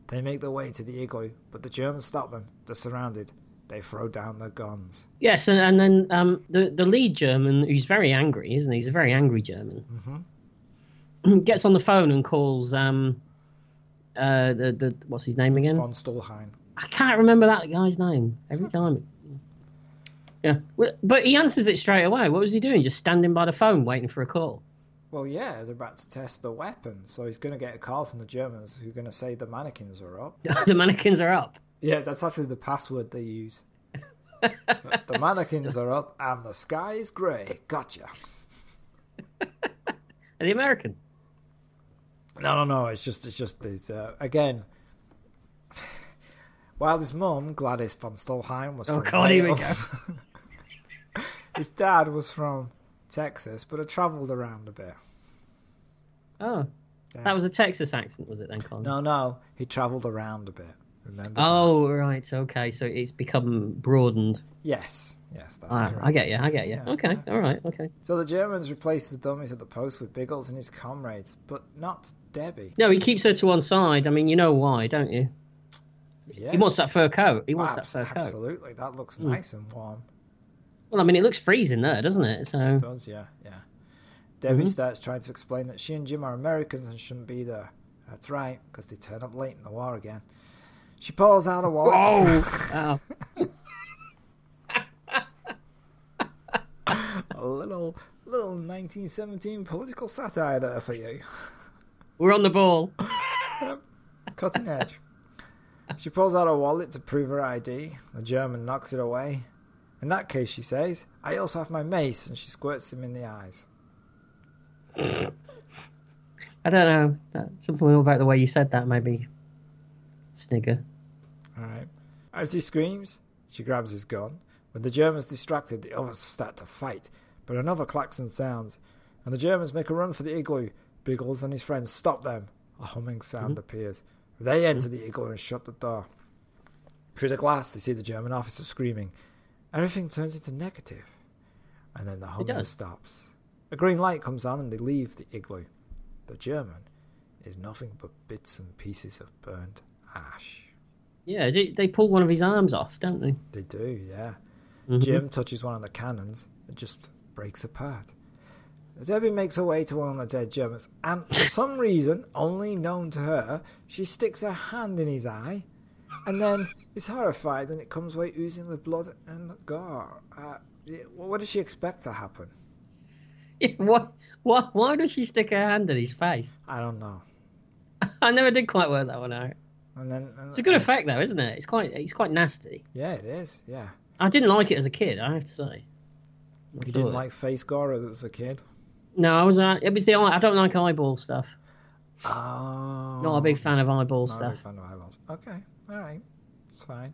They make their way to the igloo, but the Germans stop them. They're surrounded. They throw down their guns. Yes, and, and then um, the the lead German, who's very angry, isn't he? He's a very angry German. Mm-hmm. Gets on the phone and calls um, uh, the the what's his name again? Von Stuhlheim. I can't remember that guy's name every time. Yeah, Well, but he answers it straight away. What was he doing? Just standing by the phone waiting for a call. Well, yeah, they're about to test the weapon, so he's going to get a call from the Germans who are going to say the mannequins are up. the mannequins are up. Yeah, that's actually the password they use. the mannequins are up and the sky is grey. Gotcha. Are they American? No, no, no. It's just, it's just this. Uh, again, while his mum, Gladys von Stolheim, was from Oh, God, here we Wales, his dad was from Texas, but had travelled around a bit. Oh, that was a Texas accent, was it then, Colin? No, no, he travelled around a bit. Remember? Oh, right. Okay, so it's become broadened. yes, yes, that's Ah, correct. I get you. I get you. okay. All right. Okay. So the Germans replaced the dummies at the post with Biggles and his comrades, but not Debbie. No, he keeps her to one side. I mean, you know why, don't you? Yes. He wants that fur coat. He wants that Hmm. Abs- fur coat. Absolutely, that looks nice and warm. Well, I mean, it looks freezing there, doesn't it? So, does, yeah, yeah. Debbie starts trying to explain that she and Jim are Americans and shouldn't be there. That's right, because they turn up late in the war again. She pulls out a wallet. oh, oh. Oh, A little, little 1917 political satire there for you. We're on the ball. Cutting edge. she pulls out her wallet to prove her ID. The German knocks it away. In that case, she says, I also have my mace, and she squirts him in the eyes. I don't know. That- Something about the way you said that, maybe. Snigger. Alright. As he screams, she grabs his gun. When the German's distracted, the others start to fight, but another klaxon sounds, and the Germans make a run for the igloo. Biggles and his friends stop them. A humming sound appears. They enter the igloo and shut the door. Through the glass, they see the German officer screaming. Everything turns into negative, and then the humming does. stops. A green light comes on, and they leave the igloo. The German is nothing but bits and pieces of burnt ash. Yeah, is it- they pull one of his arms off, don't they? They do, yeah. Jim touches one of the cannons. It just breaks apart. Debbie makes her way to one of the dead Germans, and for some reason, only known to her, she sticks her hand in his eye, and then is horrified when it comes away oozing with blood and gore. Uh, yeah, what does she expect to happen? Yeah, what, what, why does she stick her hand in his face? I don't know. I never did quite work that one out. And then, and, It's a good effect, though, isn't it? It's quite, it's quite nasty. yeah, it is. Yeah, I didn't like it as a kid, I have to say. I you saw didn't it. like face gore as a kid. No, I was. Uh, it was the. eye- I don't like eyeball stuff. Oh, Not a big fan of eyeball Not a stuff. big fan of eyeballs. Okay, all right, it's fine.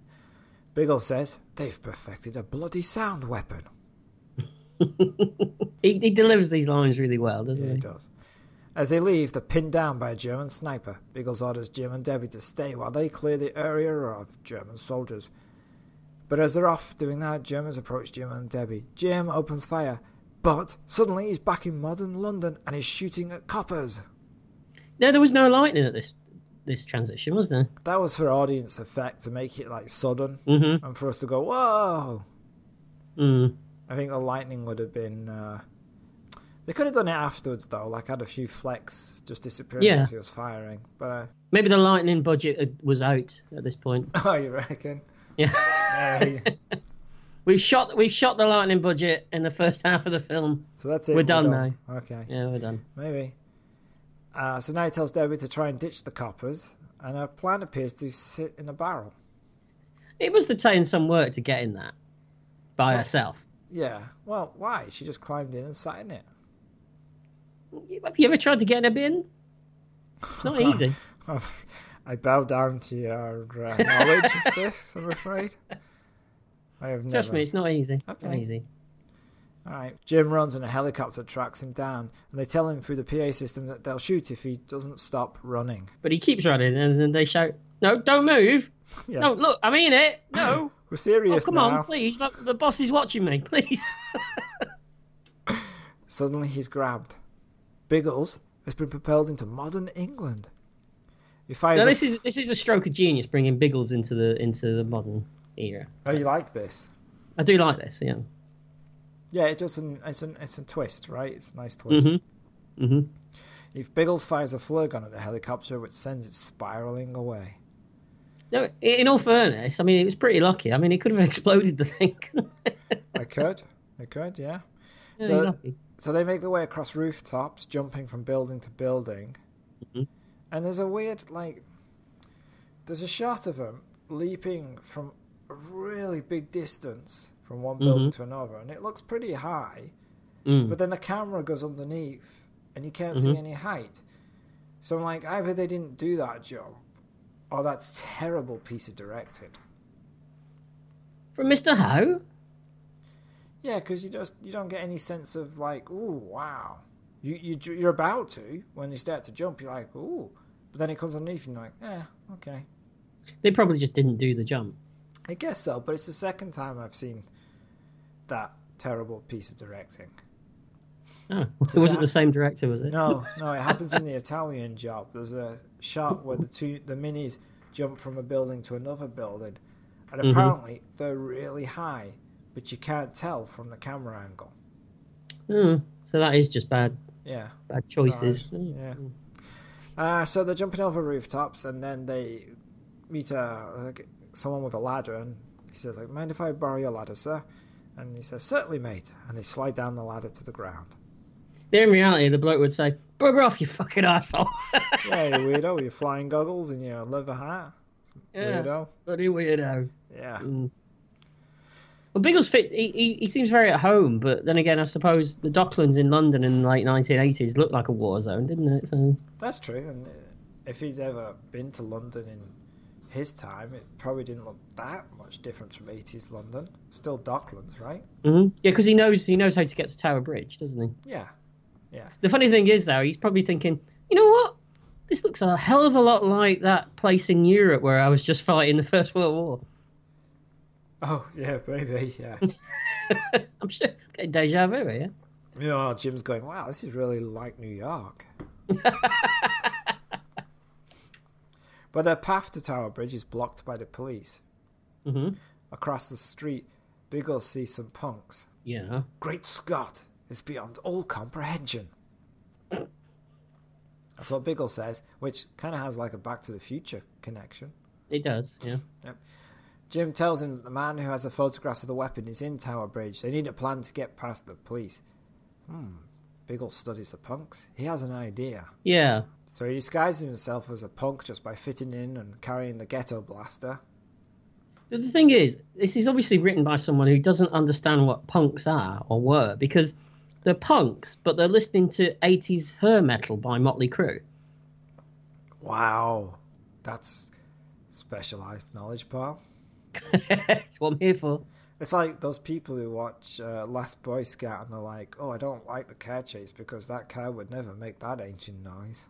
Biggle says they've perfected a bloody sound weapon. He, he delivers these lines really well, doesn't Yeah, he? he does. As they leave, they're pinned down by a German sniper. Biggles orders Jim and Debbie to stay while they clear the area of German soldiers. But as they're off doing that, Germans approach Jim and Debbie. Jim opens fire, but suddenly he's back in modern London and is shooting at coppers. No, there was no lightning at this this transition, was there? That was for audience effect to make it like sudden Mm-hmm. and for us to go, whoa! Mm. I think the lightning would have been. Uh, they could have done it afterwards though, like had a few flecks just disappearing Yeah. as he was firing. But uh, Maybe the lightning budget uh, was out at this point. oh, you reckon? Yeah, Hey. we've shot we've shot the lightning budget in the first half of the film. so that's it. We're done Okay, Yeah, we're done. maybe. Uh, so now he tells Debbie to try and ditch the coppers, and her plan appears to sit in a barrel. It must have taken some work to get in that by herself. Yeah. Well, why? She just climbed in and sat in it. Have you ever tried to get in a bin? It's not easy. I bow down to your uh, knowledge of this. I'm afraid. I have Trust never. me, it's not easy. Not Okay. easy. All right. Jim runs and a helicopter tracks him down, and they tell him through the PA system that they'll shoot if he doesn't stop running. But he keeps running, and then they shout, "No, don't move! Yeah. No, look, I mean it! No, We're serious oh, come now. on, please! The the boss is watching me, please!" Suddenly he's grabbed. Biggles has been propelled into modern England. He fires. Now a- this is this is a stroke of genius bringing Biggles into the into the modern era. Oh, you like this? I do like this. Yeah. Yeah, it does an it's an it's a twist, right? It's a nice twist. Mhm. If Biggles fires a flare gun at the helicopter, which sends it spiraling away. No, in all fairness, I mean it was pretty lucky. I mean it could have exploded the thing. I could, I could, yeah. Really So- lucky. So they make their way across rooftops, jumping from building to building. And there's a weird, like, there's a shot of them leaping from a really big distance from one building to another, and it looks pretty high. Mm. But then the camera goes underneath, and you can't see any height. So I'm like, either they didn't do that job, or that's terrible piece of directing. From Mr. Ho. Yeah, because you just you don't get any sense of like, ooh, wow. You you ju- you're about to when you start to jump, you're like, ooh, but then it comes underneath, and you're like, eh, okay, They probably just didn't do the jump. I guess so. But it's the second time I've seen that terrible piece of directing. Oh, it wasn't that- the same director, was it? No, no, it happens in the Italian job. There's a shot where the two the minis jump from a building to another building, and apparently they're really high, but you can't tell from the camera angle. Mm. So that is just bad Yeah. bad choices. Mm. Yeah. Uh, so they're jumping over rooftops, and then they meet a like, someone with a ladder, and he says, "Like, mind if I borrow your ladder, sir?" And he says, Certainly, mate. And they slide down the ladder to the ground. There, in reality, the bloke would say, "Bugger off, you fucking asshole." Hey, weirdo, with your flying goggles and your leather hat. Weirdo. bloody weirdo. Yeah. Well, Biggles fit. He, he he seems very at home, but then again, I suppose the Docklands in London in the late 1980s looked like a war zone, didn't it? So That's true. And uh, if he's ever been to London in his time, it probably didn't look that much different from 80s London. Still Docklands, right? hmm yeah, because he knows he knows how to get to Tower Bridge, doesn't he? Yeah. The funny thing is, though, he's probably thinking, you know what? This looks a hell of a lot like that place in Europe where I was just fighting the First World War. Oh, yeah, maybe, yeah. I'm sure I'm getting deja vu here. you know, Jim's going, wow, this is really like New York. but their path to Tower Bridge is blocked by the police. Mhm. Across the street, Biggles sees some punks. Yeah. Great Scott is beyond all comprehension. That's what Biggle says, which kind of has like a Back to the Future connection. It does, yeah. Jim tells him that the man who has the photographs of the weapon is in Tower Bridge. They need a plan to get past the police. Hmm. Biggle studies the punks. He has an idea. Yeah. So he disguises himself as a punk just by fitting in and carrying the ghetto blaster. But the thing is, this is obviously written by someone who doesn't understand what punks are or were because they're punks, but they're listening to 80s her metal by Motley Crue. Wow. That's specialized knowledge, Paul. That's what I'm here for. It's like those people who watch uh, Last Boy Scout and they're like, oh, I don't like the car chase because that car would never make that engine noise.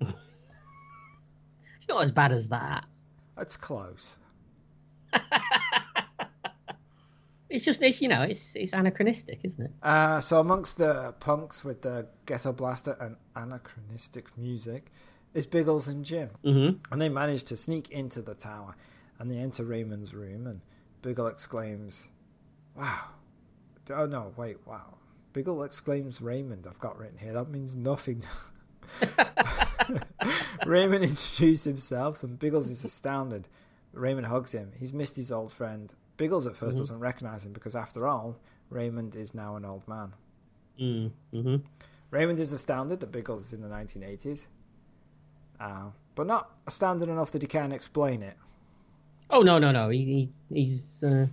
It's not as bad as that. That's close. It's just, it's, you know, it's it's anachronistic, isn't it? Uh, so amongst the punks with the ghetto blaster and anachronistic music is Biggles and Jim, mm-hmm. and they manage to sneak into the tower, and they enter Raymond's room, and Biggle exclaims, "Wow!" Oh no, wait, wow! Biggle exclaims, "Raymond!" I've got written here. That means nothing. Raymond introduces himself, and Biggles is astounded. Raymond hugs him. He's missed his old friend. Biggles at 1st Mm-hmm. does doesn't recognize him because, after all, Raymond is now an old man. Mm, hmm Raymond is astounded that Biggles is in the 1980s, uh, but not astounded enough that he can explain it. Oh, no, no, no. He, he, he's, uh,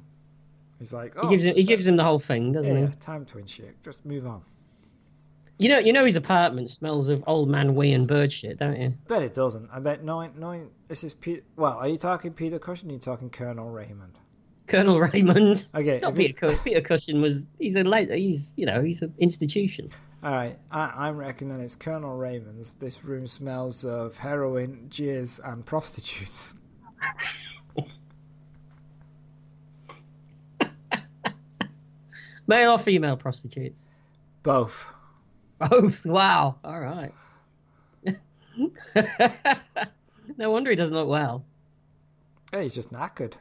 He's like, he, oh, gives, him, he so- gives him the whole thing, doesn't yeah, time to shit. Just move on. he? You know, you know his apartment smells of old man wee and bird shit, don't you? Bet it doesn't. I bet nine, nine. This is Peter. Well, are you talking Peter Cushing? Or are you talking Colonel Raymond? Colonel Raymond. Okay, Not if Peter, it's- Cush- Peter Cushing was he's a late he's you know he's an institution. All right, I, I'm reckoning it's Colonel Raymond's. This room smells of heroin, jizz, and prostitutes. Male or female prostitutes? Both. Both. Wow. All right. no wonder he doesn't look well. Hey, he's just knackered.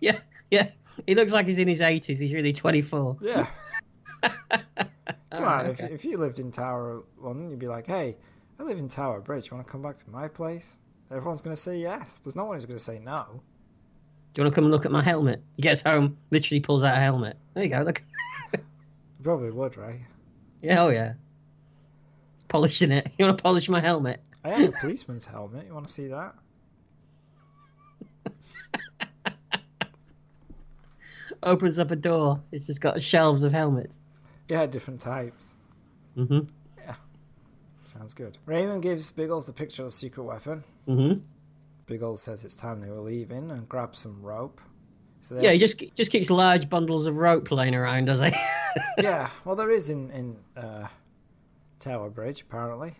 yeah, yeah. He looks like he's in his eighties. He's really twenty four. Yeah. Come on, okay. if, if you lived in Tower London, you'd be like, hey, I live in Tower Bridge. You want to come back to my place? Everyone's going to say yes. There's no one who's going to say no. Do you want to come and look at my helmet? He gets home, literally pulls out a helmet. There you go. Look. You probably would, right? Yeah. Oh yeah. He's polishing it. You want to polish my helmet? I have a policeman's helmet. You want to see that? Opens up a door. It's just got shelves of helmets. Yeah, different types. Mhm. Yeah. Sounds good. Raymond gives Biggles the picture of the secret weapon. hmm Mm-hmm. Biggles says it's time they were leaving and grabs some rope. So they Yeah, have he to- just just keeps large bundles of rope laying around, does he? yeah. Well, there is in in uh, Tower Bridge apparently.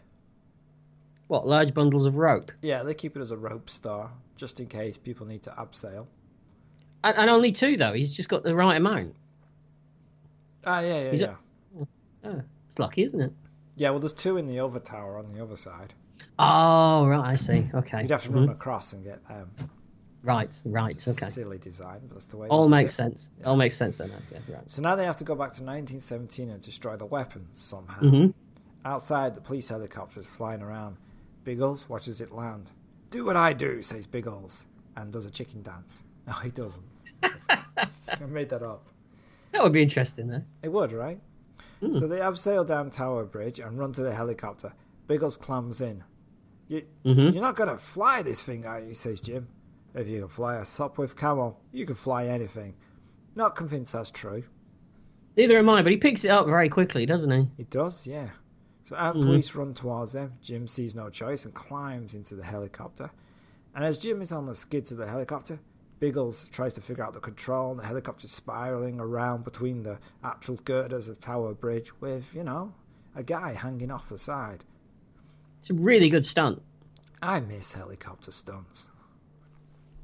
what large bundles of rope? Yeah, they keep it as a rope star just in case people need to abseil. And, and only two though. He's just got the right amount. Ah, yeah, yeah, Is it- yeah. Oh, it's lucky, isn't it? Yeah, well, there's two in the other tower on the other side. Oh right, I see. Okay. Mm-hmm. You'd have to Mhm. run across and get them. Right, right. Okay. Silly design, but that's the way. they All did makes it. sense. All makes sense then. Yeah, right. So now they have to go back to 1917 and destroy the weapons somehow. Mhm. Outside, the police helicopter is flying around. Biggles watches it land. Do what I do, says Biggles, and does a chicken dance. No, he doesn't. I made that up. That would be interesting, though. It would, right? So they abseil down Tower Bridge and run to the helicopter. Biggles clams in. You, You're not going to fly this thing, are you? says Jim. If you can fly a Sopwith camel, you can fly anything. Not convinced that's true. Neither am I, but he picks it up very quickly, doesn't he? It does, yeah. So our police run towards them. Jim sees no choice and climbs into the helicopter. And as Jim is on the skids of the helicopter, Biggles tries to figure out the control, and the helicopter's spiraling around between the actual girders of Tower Bridge with, you know, a guy hanging off the side. It's a really good stunt. I miss helicopter stunts.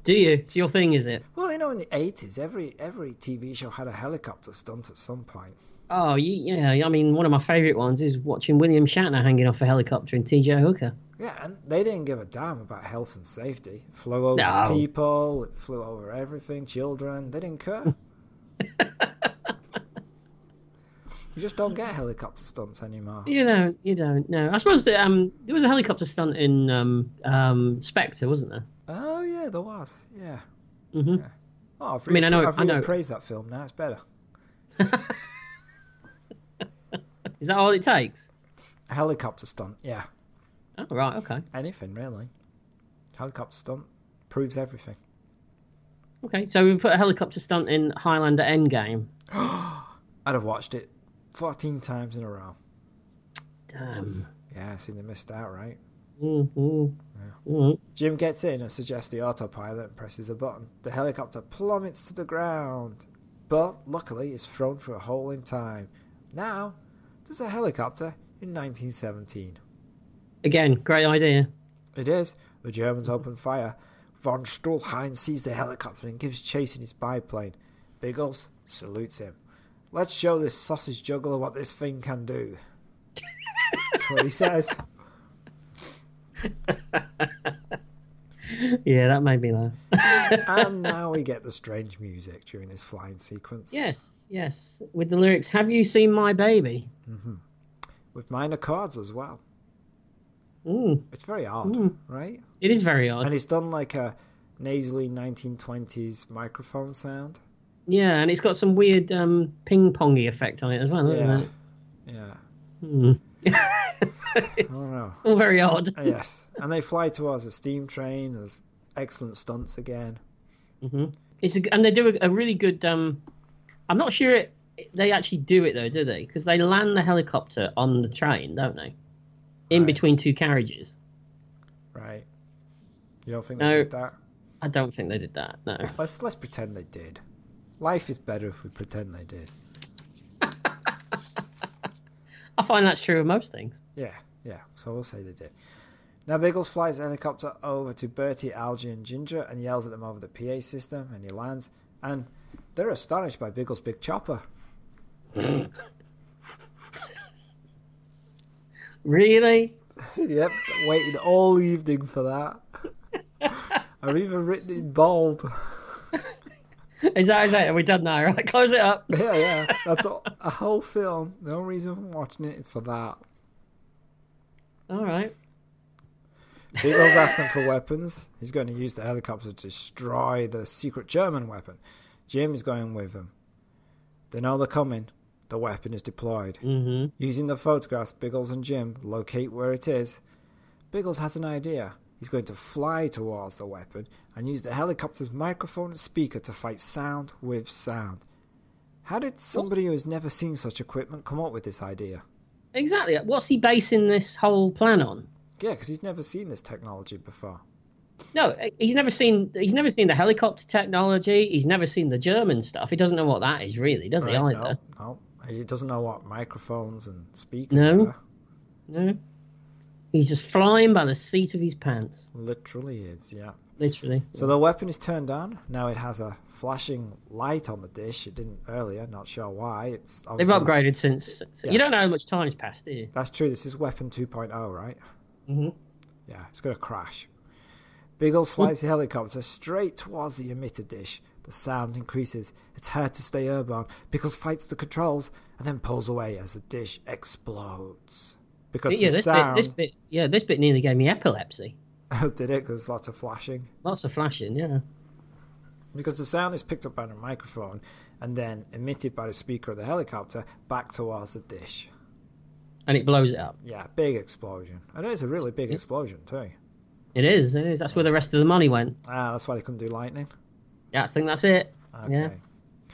Do you? It's your thing, is it? Well, you know, in the 80s, every every TV show had a helicopter stunt at some point. Oh, you, yeah. I mean, one of my favourite ones is watching William Shatner hanging off a helicopter in T.J. Hooker. Yeah, and they didn't give a damn about health and safety. It flew over No. people, it flew over everything, children. They didn't care. you just don't get helicopter stunts anymore. You don't, you don't. No, I suppose that um, there was a helicopter stunt in um, um, Spectre, wasn't there? Oh yeah, there was. Yeah. Mhm. Yeah. Oh, I've, I mean, I know- I've I know- reappraised that film now. It's better. Is that all it takes? A helicopter stunt. Yeah. Oh, right, okay, Anything really. Helicopter stunt proves everything. okay. So we put a helicopter stunt in Highlander Endgame. I'd have watched it 14 times in a row. Damn. Yeah, I seen they missed out, right? Mm-hmm. mm Jim gets in and suggests the autopilot and presses a button. The helicopter plummets to the ground, but luckily is thrown through a hole in time. Now, there's a helicopter in 1917. Again, great idea. It is. The Germans open fire. Von Stuhlheim sees the helicopter and gives chase in his biplane. Biggles salutes him. Let's show this sausage juggler what this thing can do. That's what he says. Yeah, that made me laugh. And now we get the strange music during this flying sequence. Yes, yes. With the lyrics, "Have you seen my baby?" With minor chords as well. Mm, It's very odd, right? it is very odd. And it's done like a nasally 1920s microphone sound. Yeah, and it's got some weird um, ping pongy effect on it as well, isn't Yeah. it? Yeah. Mm. I it's don't know. all very odd. yes. And they fly towards a steam train. There's excellent stunts again. It's a, and they do a, a really good. Um, I'm not sure it, they actually do it though, do they? Because they land the helicopter on the train, don't they? In between two carriages. Right. You don't think No. they did that? I don't think they did that. No. Let's let's pretend they did. Life is better if we pretend they did. I find that's true of most things. Yeah, yeah. So we'll say they did. Now Biggles flies the helicopter over to Bertie, Algie, and Ginger and yells at them over the PA system, and he lands. And they're astonished by Biggles' big chopper. Really? yep, waited all evening for that. I've even written in bold. Is that is that? Are we done now? Right, close it up. yeah, yeah. That's all, a whole film. The only reason for watching it is for that. All right. Beagle's asked them for weapons. He's going to use the helicopter to destroy the secret German weapon. Jim is going with them. They know they're coming. The weapon is deployed. Mm-hmm. Using the photographs, Biggles and Jim locate where it is. Biggles has an idea. He's going to fly towards the weapon and use the helicopter's microphone and speaker to fight sound with sound. How did somebody who has never seen such equipment come up with this idea? Exactly. What's he basing this whole plan on? Yeah, because he's never seen this technology before. No, he's never seen. He's never seen the helicopter technology. He's never seen the German stuff. He doesn't know what that is, really, does he? Right, Either. No, no. He doesn't know what microphones and speakers No. are. No. He's just flying by the seat of his pants, Literally is, yeah. literally. So the weapon is turned on. Now it has a flashing light on the dish. It didn't earlier. Not sure why. It's They've obviously- upgraded since. since- Yeah. You don't know how much time's passed, do you? That's true. This is Weapon 2.0, right? Mhm. Yeah, it's going to crash. Biggles flies the helicopter straight towards the emitter dish. The sound increases. It's hard to stay airborne. Biggles fights the controls and then pulls away as the dish explodes. Because yeah, the this bit, sound this bit, yeah, this bit nearly gave me epilepsy. did it because lots of flashing. Lots of flashing, yeah. Because the sound is picked up by the microphone and then emitted by the speaker of the helicopter back towards the dish. and it blows it up. Yeah, big explosion. And it is a really big explosion, too. It is. It is. That's where the rest of the money went. Ah, that's why they couldn't do lightning. Yeah, I think that's it. Okay. Yeah.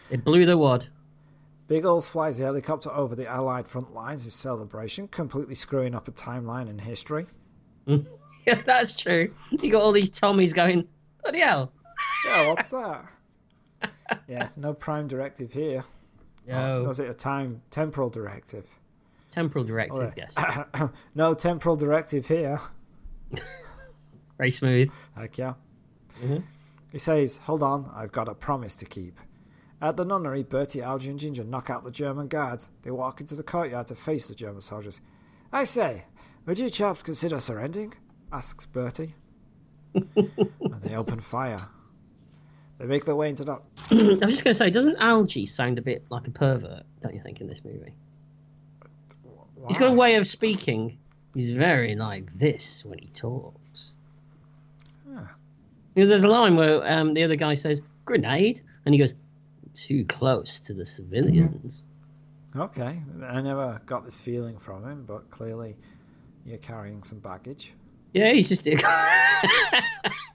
It blew the wad. Biggles flies the helicopter over the Allied front lines in celebration, completely screwing up a timeline in history. Yeah, that's true. You got all these Tommies going. Bloody hell. Yeah, what's that? yeah, no prime directive here. No. Was it a time temporal directive? Temporal directive. Alright. Yes. no temporal directive here. Very smooth. Heck yeah. He says, Hold on, I've got a promise to keep. At the nunnery, Bertie, Algy, and Ginger knock out the German guard. They walk into the courtyard to face the German soldiers. I say, would you chaps consider surrendering? asks Bertie. and they open fire. They make their way into the. I was just going to say, doesn't Algie sound a bit like a pervert? Don't you think in this movie? He's got a way of speaking. He's very like this when he talks. Because there's a line where um, the other guy says "grenade" and he goes too close to the civilians. Okay, I never got this feeling from him, but clearly you're carrying some baggage. Yeah, he's just.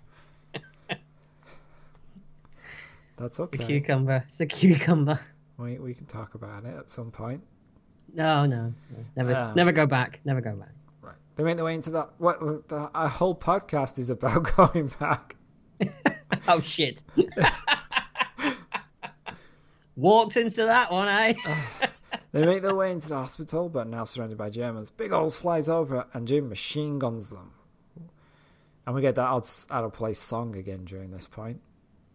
That's It's a okay. cucumber. It's a cucumber. We, we can talk about it at some point. No, no, no. never, Um, never go back. Never go back. Right. They make their way into that. What the, our whole podcast is about going back. Oh shit! Walked into that one, eh? They make their way into the hospital, but now surrounded by Germans. Big Ols flies over, and Jim machine guns them. And we get that out, out of place song again during this point.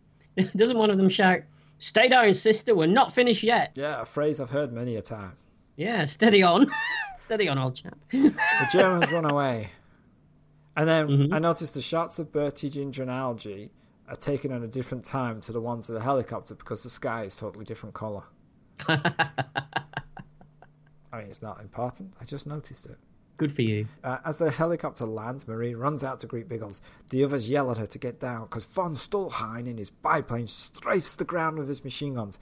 Doesn't one of them shout, "Stay down, sister. We're not finished yet." Yeah, a phrase I've heard many a time. Yeah, steady on, steady on, old chap. The Germans run away. And then I noticed the shots of Bertie, Ginger, and Algy are taken at a different time to the ones of the helicopter because the sky is totally different colour. I mean, it's not important. I just noticed it. Good for you. Uh, as the helicopter lands, Marie runs out to greet Biggles. The others yell at her to get down because von Stuhlheim in his biplane strafes the ground with his machine guns.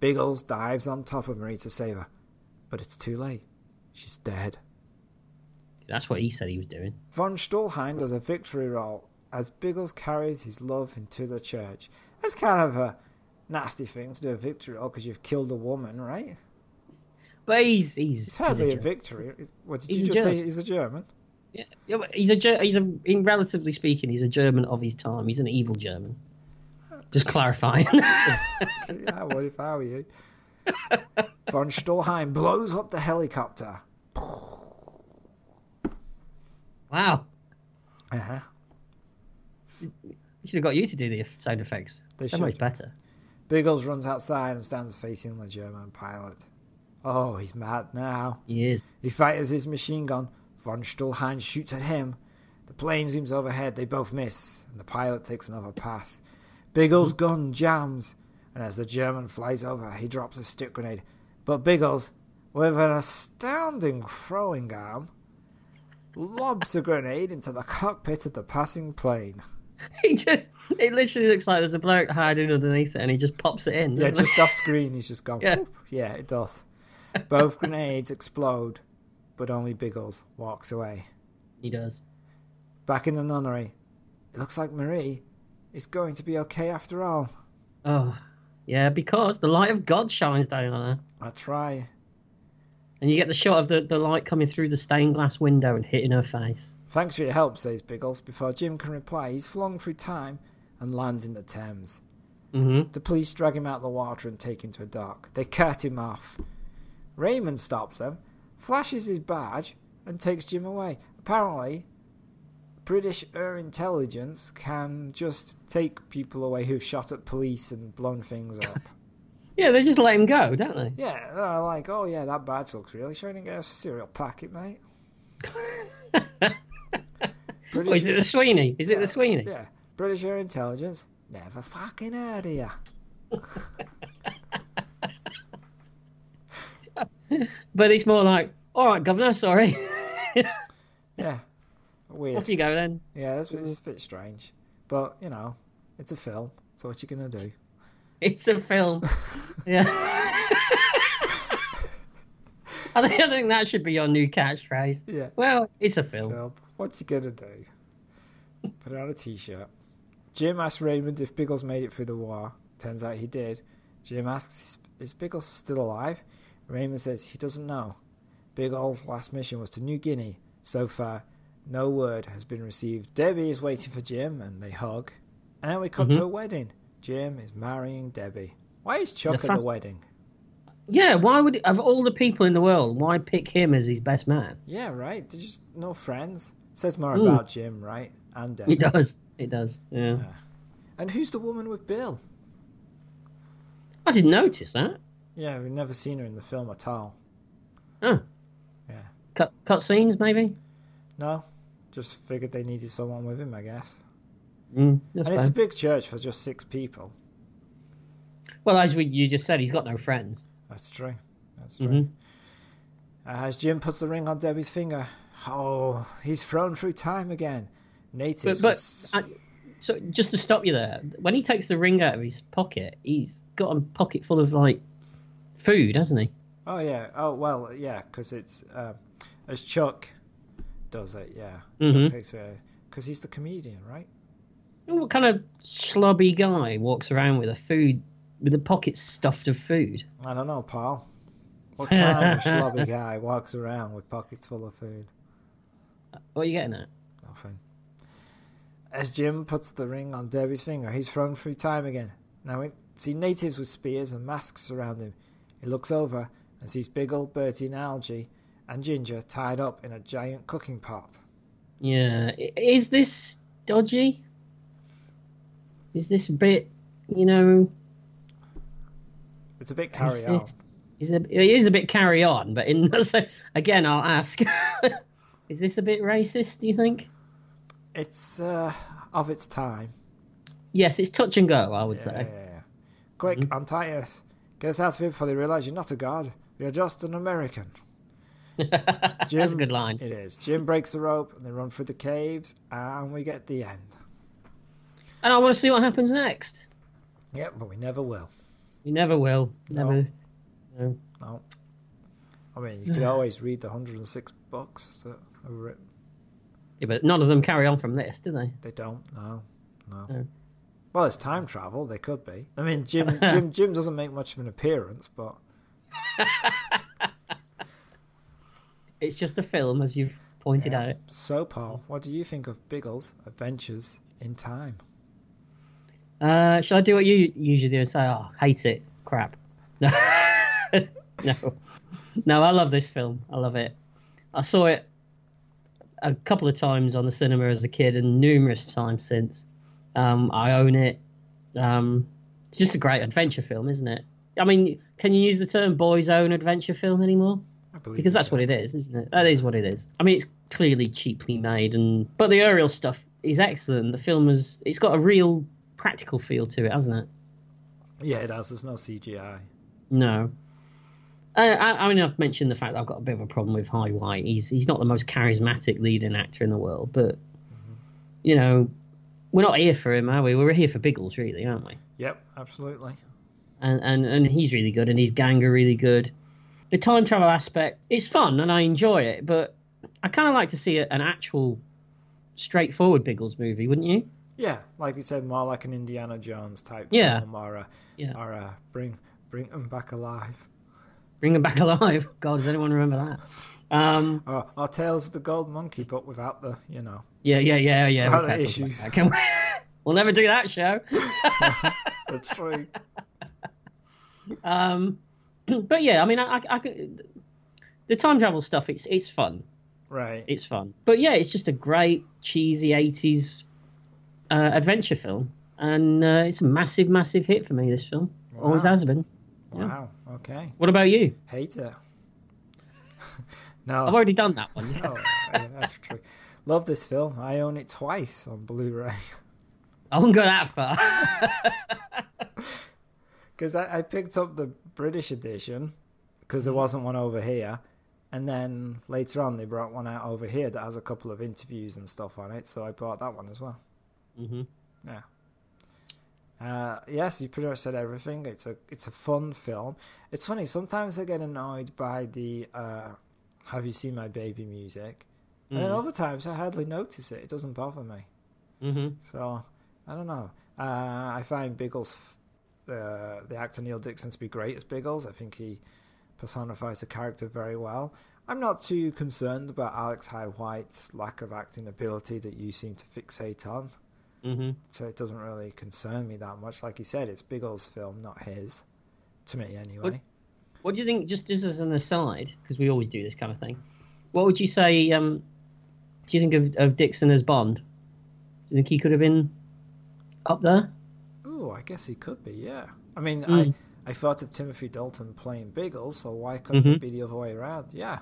Biggles dives on top of Marie to save her. But it's too late. She's dead. That's what he said he was doing. Von Stuhlheim does a victory roll as Biggles carries his love into the church. That's kind of a nasty thing to do a victory roll because you've killed a woman, right? But he's he's It's hardly he's a Ger- victory. It's- What did He's you a just say? German. He's a German. Yeah, yeah, but he's a Ger- he's a in relatively speaking, he's a German of his time. He's an evil German. Just clarifying. yeah, what if I were you? Von Stolheim blows up the helicopter. wow, Uh huh. we should have got you to do the eff- sound effects. They so much should. better. Biggles runs outside and stands facing the German pilot. Oh, he's mad now. He is. He fires his machine gun. Von Stolheim shoots at him. The plane zooms overhead. They both miss, and the pilot takes another pass. Biggles' gun jams, and as the German flies over, he drops a stick grenade. But Biggles, with an astounding throwing arm, lobs a grenade into the cockpit of the passing plane. He just it literally looks like there's a bloke hiding underneath it, and he just pops it in. Yeah, doesn't just off screen, he's just gone. Yeah. "Whoop." yeah it does. Both grenades explode, but only Biggles walks away. he? he does. back in the nunnery. It looks like Marie is going to be okay after all. Oh, yeah, because the light of God shines down on her. I try. And you get the shot of the, the light coming through the stained glass window and hitting her face. Thanks for your help, says Biggles. Before Jim can reply, he's flung through time and lands in the Thames. Mhm. The police drag him out of the water and take him to a dock. They cut him off. Raymond stops them, flashes his badge, and takes Jim away. Apparently, British Air Intelligence can just take people away who've shot at police and blown things up. Yeah, they just let him go, don't they? Yeah, they're like, oh yeah, that badge looks really shiny. Get a cereal packet, mate. Or is it the Sweeney? Is it the Sweeney? Yeah, British Air Intelligence. Never fucking heard of ya. But it's more like, all right, Governor, sorry. Yeah, Off weird. you go then. Yeah, it's, it's a bit strange, but you know, it's a film, so what you gonna do? It's a film. Yeah. I think, I think that should be your new catchphrase. Yeah. Well, it's a film. Well, what you gonna do? Put it on a t-shirt. Jim asks Raymond if Biggles made it through the war. Turns out he did. Jim asks, "Is Biggles still alive?" Raymond says he doesn't know. Biggles' last mission was to New Guinea. So far, no word has been received. Debbie is waiting for Jim, and they hug. And we Mm-hmm. come to a wedding. Jim is marrying Debbie. Why is Chuck at fast- the wedding? Yeah. Why would of all the people in the world, why pick him as his best man? Yeah, right. They just no friends. Says more about Jim, right? And Debbie. It Mm. does. It does. Yeah. And who's the woman with Bill? I didn't notice that. Yeah, we've never seen her in the film at all. Oh. Yeah. Cut cut scenes maybe. No, just figured they needed someone with him, I guess. Mm, that's And it's a fine. big church for just six people. Well, as we, you just said, he's got no friends. That's true. That's true. Mm-hmm. Uh, as Jim puts the ring on Debbie's finger, oh, he's thrown through time again. But, Natives. but was- I, so just to stop you there, when he takes the ring out of his pocket, he's got a pocket full of like food, hasn't he? Oh yeah. Oh well, yeah. Because it's uh, as Chuck does it. Yeah. Mhm. Chuck takes it because he's the comedian, right? And What kind of slobby guy walks around with a food with a pocket stuffed of food? I don't know, Paul. What kind of schlubby guy walks around with pockets full of food? What are you getting at? Nothing. Oh, As Jim puts the ring on Debbie's finger, he's thrown through time again. Now we see natives with spears and masks around him. He looks over and sees Biggle, Bertie, and Algie, and Ginger tied up in a giant cooking pot. Yeah, i- is this dodgy? Is this a bit, you know? It's a bit Is carry out. this, is it, it is a bit carry on, but in so again, I'll ask: Is this a bit racist? Do you think? It's uh, of its time. Yes, it's touch and go. I would Yeah, say. yeah, yeah. Quick, Mm-hmm. Antaeus, get us out of here before they realise you're not a god. You're just an American. Jim, That's a good line. It is. Jim breaks the rope and they run through the caves, and we get the end. And I want to see what happens next. Yep, but we never will. You never will. No. Never. No. No. I mean, you could always read the 106 books that are written. Yeah, but none of them carry on from this, do they? They don't. No. No. No. Well, it's time travel. They could be. I mean, Jim, Jim, Jim doesn't make much of an appearance, but It's just a film, as you've pointed out. so Paul, what do you think of Biggles' Adventures in Time? Uh, shall I do what you usually do and say, "Oh, hate it, crap"? No, no, no. I love this film. I love it. I saw it a couple of times on the cinema as a kid, and numerous times since. Um, I own it. Um, it's just a great adventure film, isn't it? I mean, can you use the term "boys' own adventure film" anymore? I believe because you that's can. what it is, isn't it? That is what it is. I mean, it's clearly cheaply made, and but the aerial stuff is excellent. The film is it's got a real practical feel to it, hasn't it? Yeah, it has. There's no CGI. No. Uh, I, I mean, I've mentioned the fact that I've got a bit of a problem with High White. He's he's not the most charismatic leading actor in the world, but you know, we're not here for him, are we? We're here for Biggles, really, aren't we? Yep, absolutely. and, and, and he's really good, and his gang are really good. The time travel aspect is fun, and I enjoy it, but I kind of like to see a, an actual straightforward Biggles movie, wouldn't you? Yeah, like you said, more like an Indiana Jones type Yeah. film, or a, Yeah. or a bring bring them back alive, Bring him back alive. God, does anyone remember that? Um, or, or Tales of the Gold Monkey, but without the you know. yeah, yeah, yeah, yeah. Other we can't talk about issues. that, can we? we'll never do that show. That's true. Um, but yeah, I mean, I, I, I could, the time travel stuff. It's it's fun. right. It's fun. But yeah, it's just a great cheesy '80s uh, adventure film, and uh, it's a massive, massive hit for me. This film always Wow. has been. wow. Okay. What about you? Hate it. no. I've already done that one. no, yeah, that's true. Love this film. I own it twice on Blu-ray I wouldn't go that far. because I, I picked up the British edition because Mm-hmm. there wasn't one over here, and then later on they brought one out over here that has a couple Mm-hmm. of interviews and stuff on it. So I bought that one as well. hmm Yeah. Uh, yes, you pretty much said everything. It's a it's a fun film. It's funny sometimes I get annoyed by the uh, "Have you seen my baby?" music, and then other times I hardly notice it. It doesn't bother me. Mm-hmm. So I don't know. Uh, I find Biggles, f- uh, the actor Neil Dixon, to be great as Biggles. I think he personifies the character very well. I'm not too concerned about Alex High White's lack of acting ability that you seem to fixate on. Mm-hmm. So it doesn't really concern me that much. Like you said, it's Biggles' film, not his. To me, anyway. What do you think? Just just as an aside, because we always do this kind of thing. What would you say? Um, do you think of, of Dixon as Bond? Do you think he could have been up there? Ooh, I guess he could be. Yeah. I mean, Mm. I I thought of Timothy Dalton playing Biggles, so why couldn't it Mhm. be the other way around? Yeah.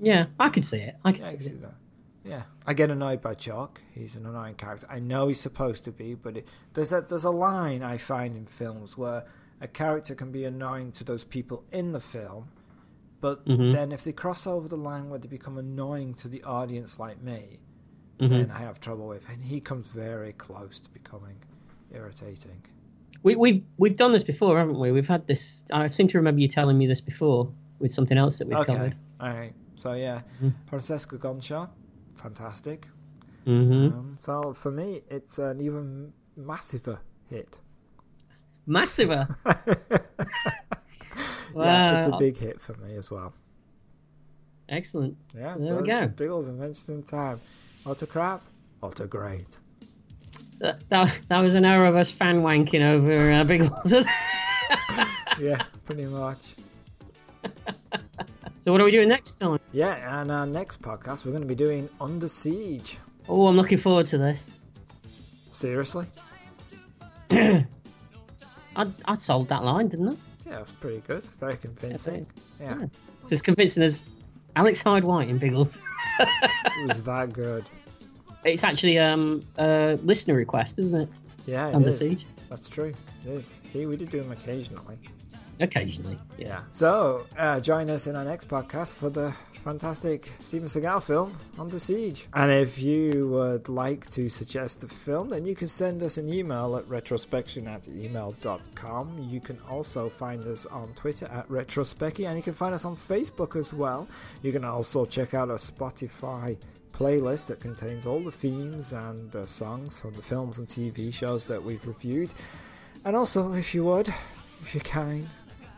Yeah, I could see it. I could Yeah, I see can see it. that. Yeah, I get annoyed by Chalk. He's an annoying character. I know he's supposed to be, but it, there's a there's a line I find in films where a character can be annoying to those people in the film, but Mhm. then if they cross over the line where they become annoying to the audience, like me, then I have trouble with. And he comes very close to becoming irritating. We, we've we've done this before, haven't we? We've had this. I seem to remember you telling me this before with something else that we've Okay, covered. all right. So yeah, Francesca Gonchar, fantastic. hmm Um, so for me, it's an even massiver hit. Massiver. wow. yeah, it's a big hit for me as well. Excellent. Yeah, There first we go. Biggles invention in time. Autocrap, auto great. That, that, that was an hour of us fan wanking over uh, Big Lots. Yeah, pretty much. So what are we doing next time? Yeah, and our next podcast, we're going to be doing Under Siege. Oh, I'm looking forward to this. Seriously? I, I sold that line, didn't I? Yeah, that's pretty good. Very convincing. Yeah, It's as convincing as Alex Hyde White in Biggles. it was that good. It's actually um, a listener request, isn't it? Yeah, it Under is. Siege. That's true. It is. See, we did do them occasionally. Occasionally, yeah. So, uh, join us in our next podcast for the fantastic Steven Seagal film, Under Siege. And if you would like to suggest a film, then you can send us an email at retrospection at email.com. You can also find us on Twitter at retrospecky, and you can find us on Facebook as well. You can also check out our Spotify playlist that contains all the themes and uh, songs from the films and TV shows that we've reviewed. And also, if you would, if you can,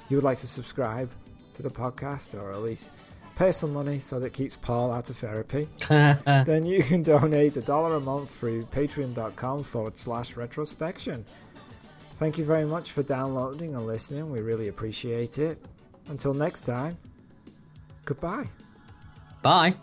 you would like to subscribe to the podcast or at least pay some money so that it keeps Paul out of therapy, then you can donate a dollar a month through patreon.com forward slash retrospection. Thank you very much for downloading and listening. We really appreciate it. Until next time, goodbye. Bye.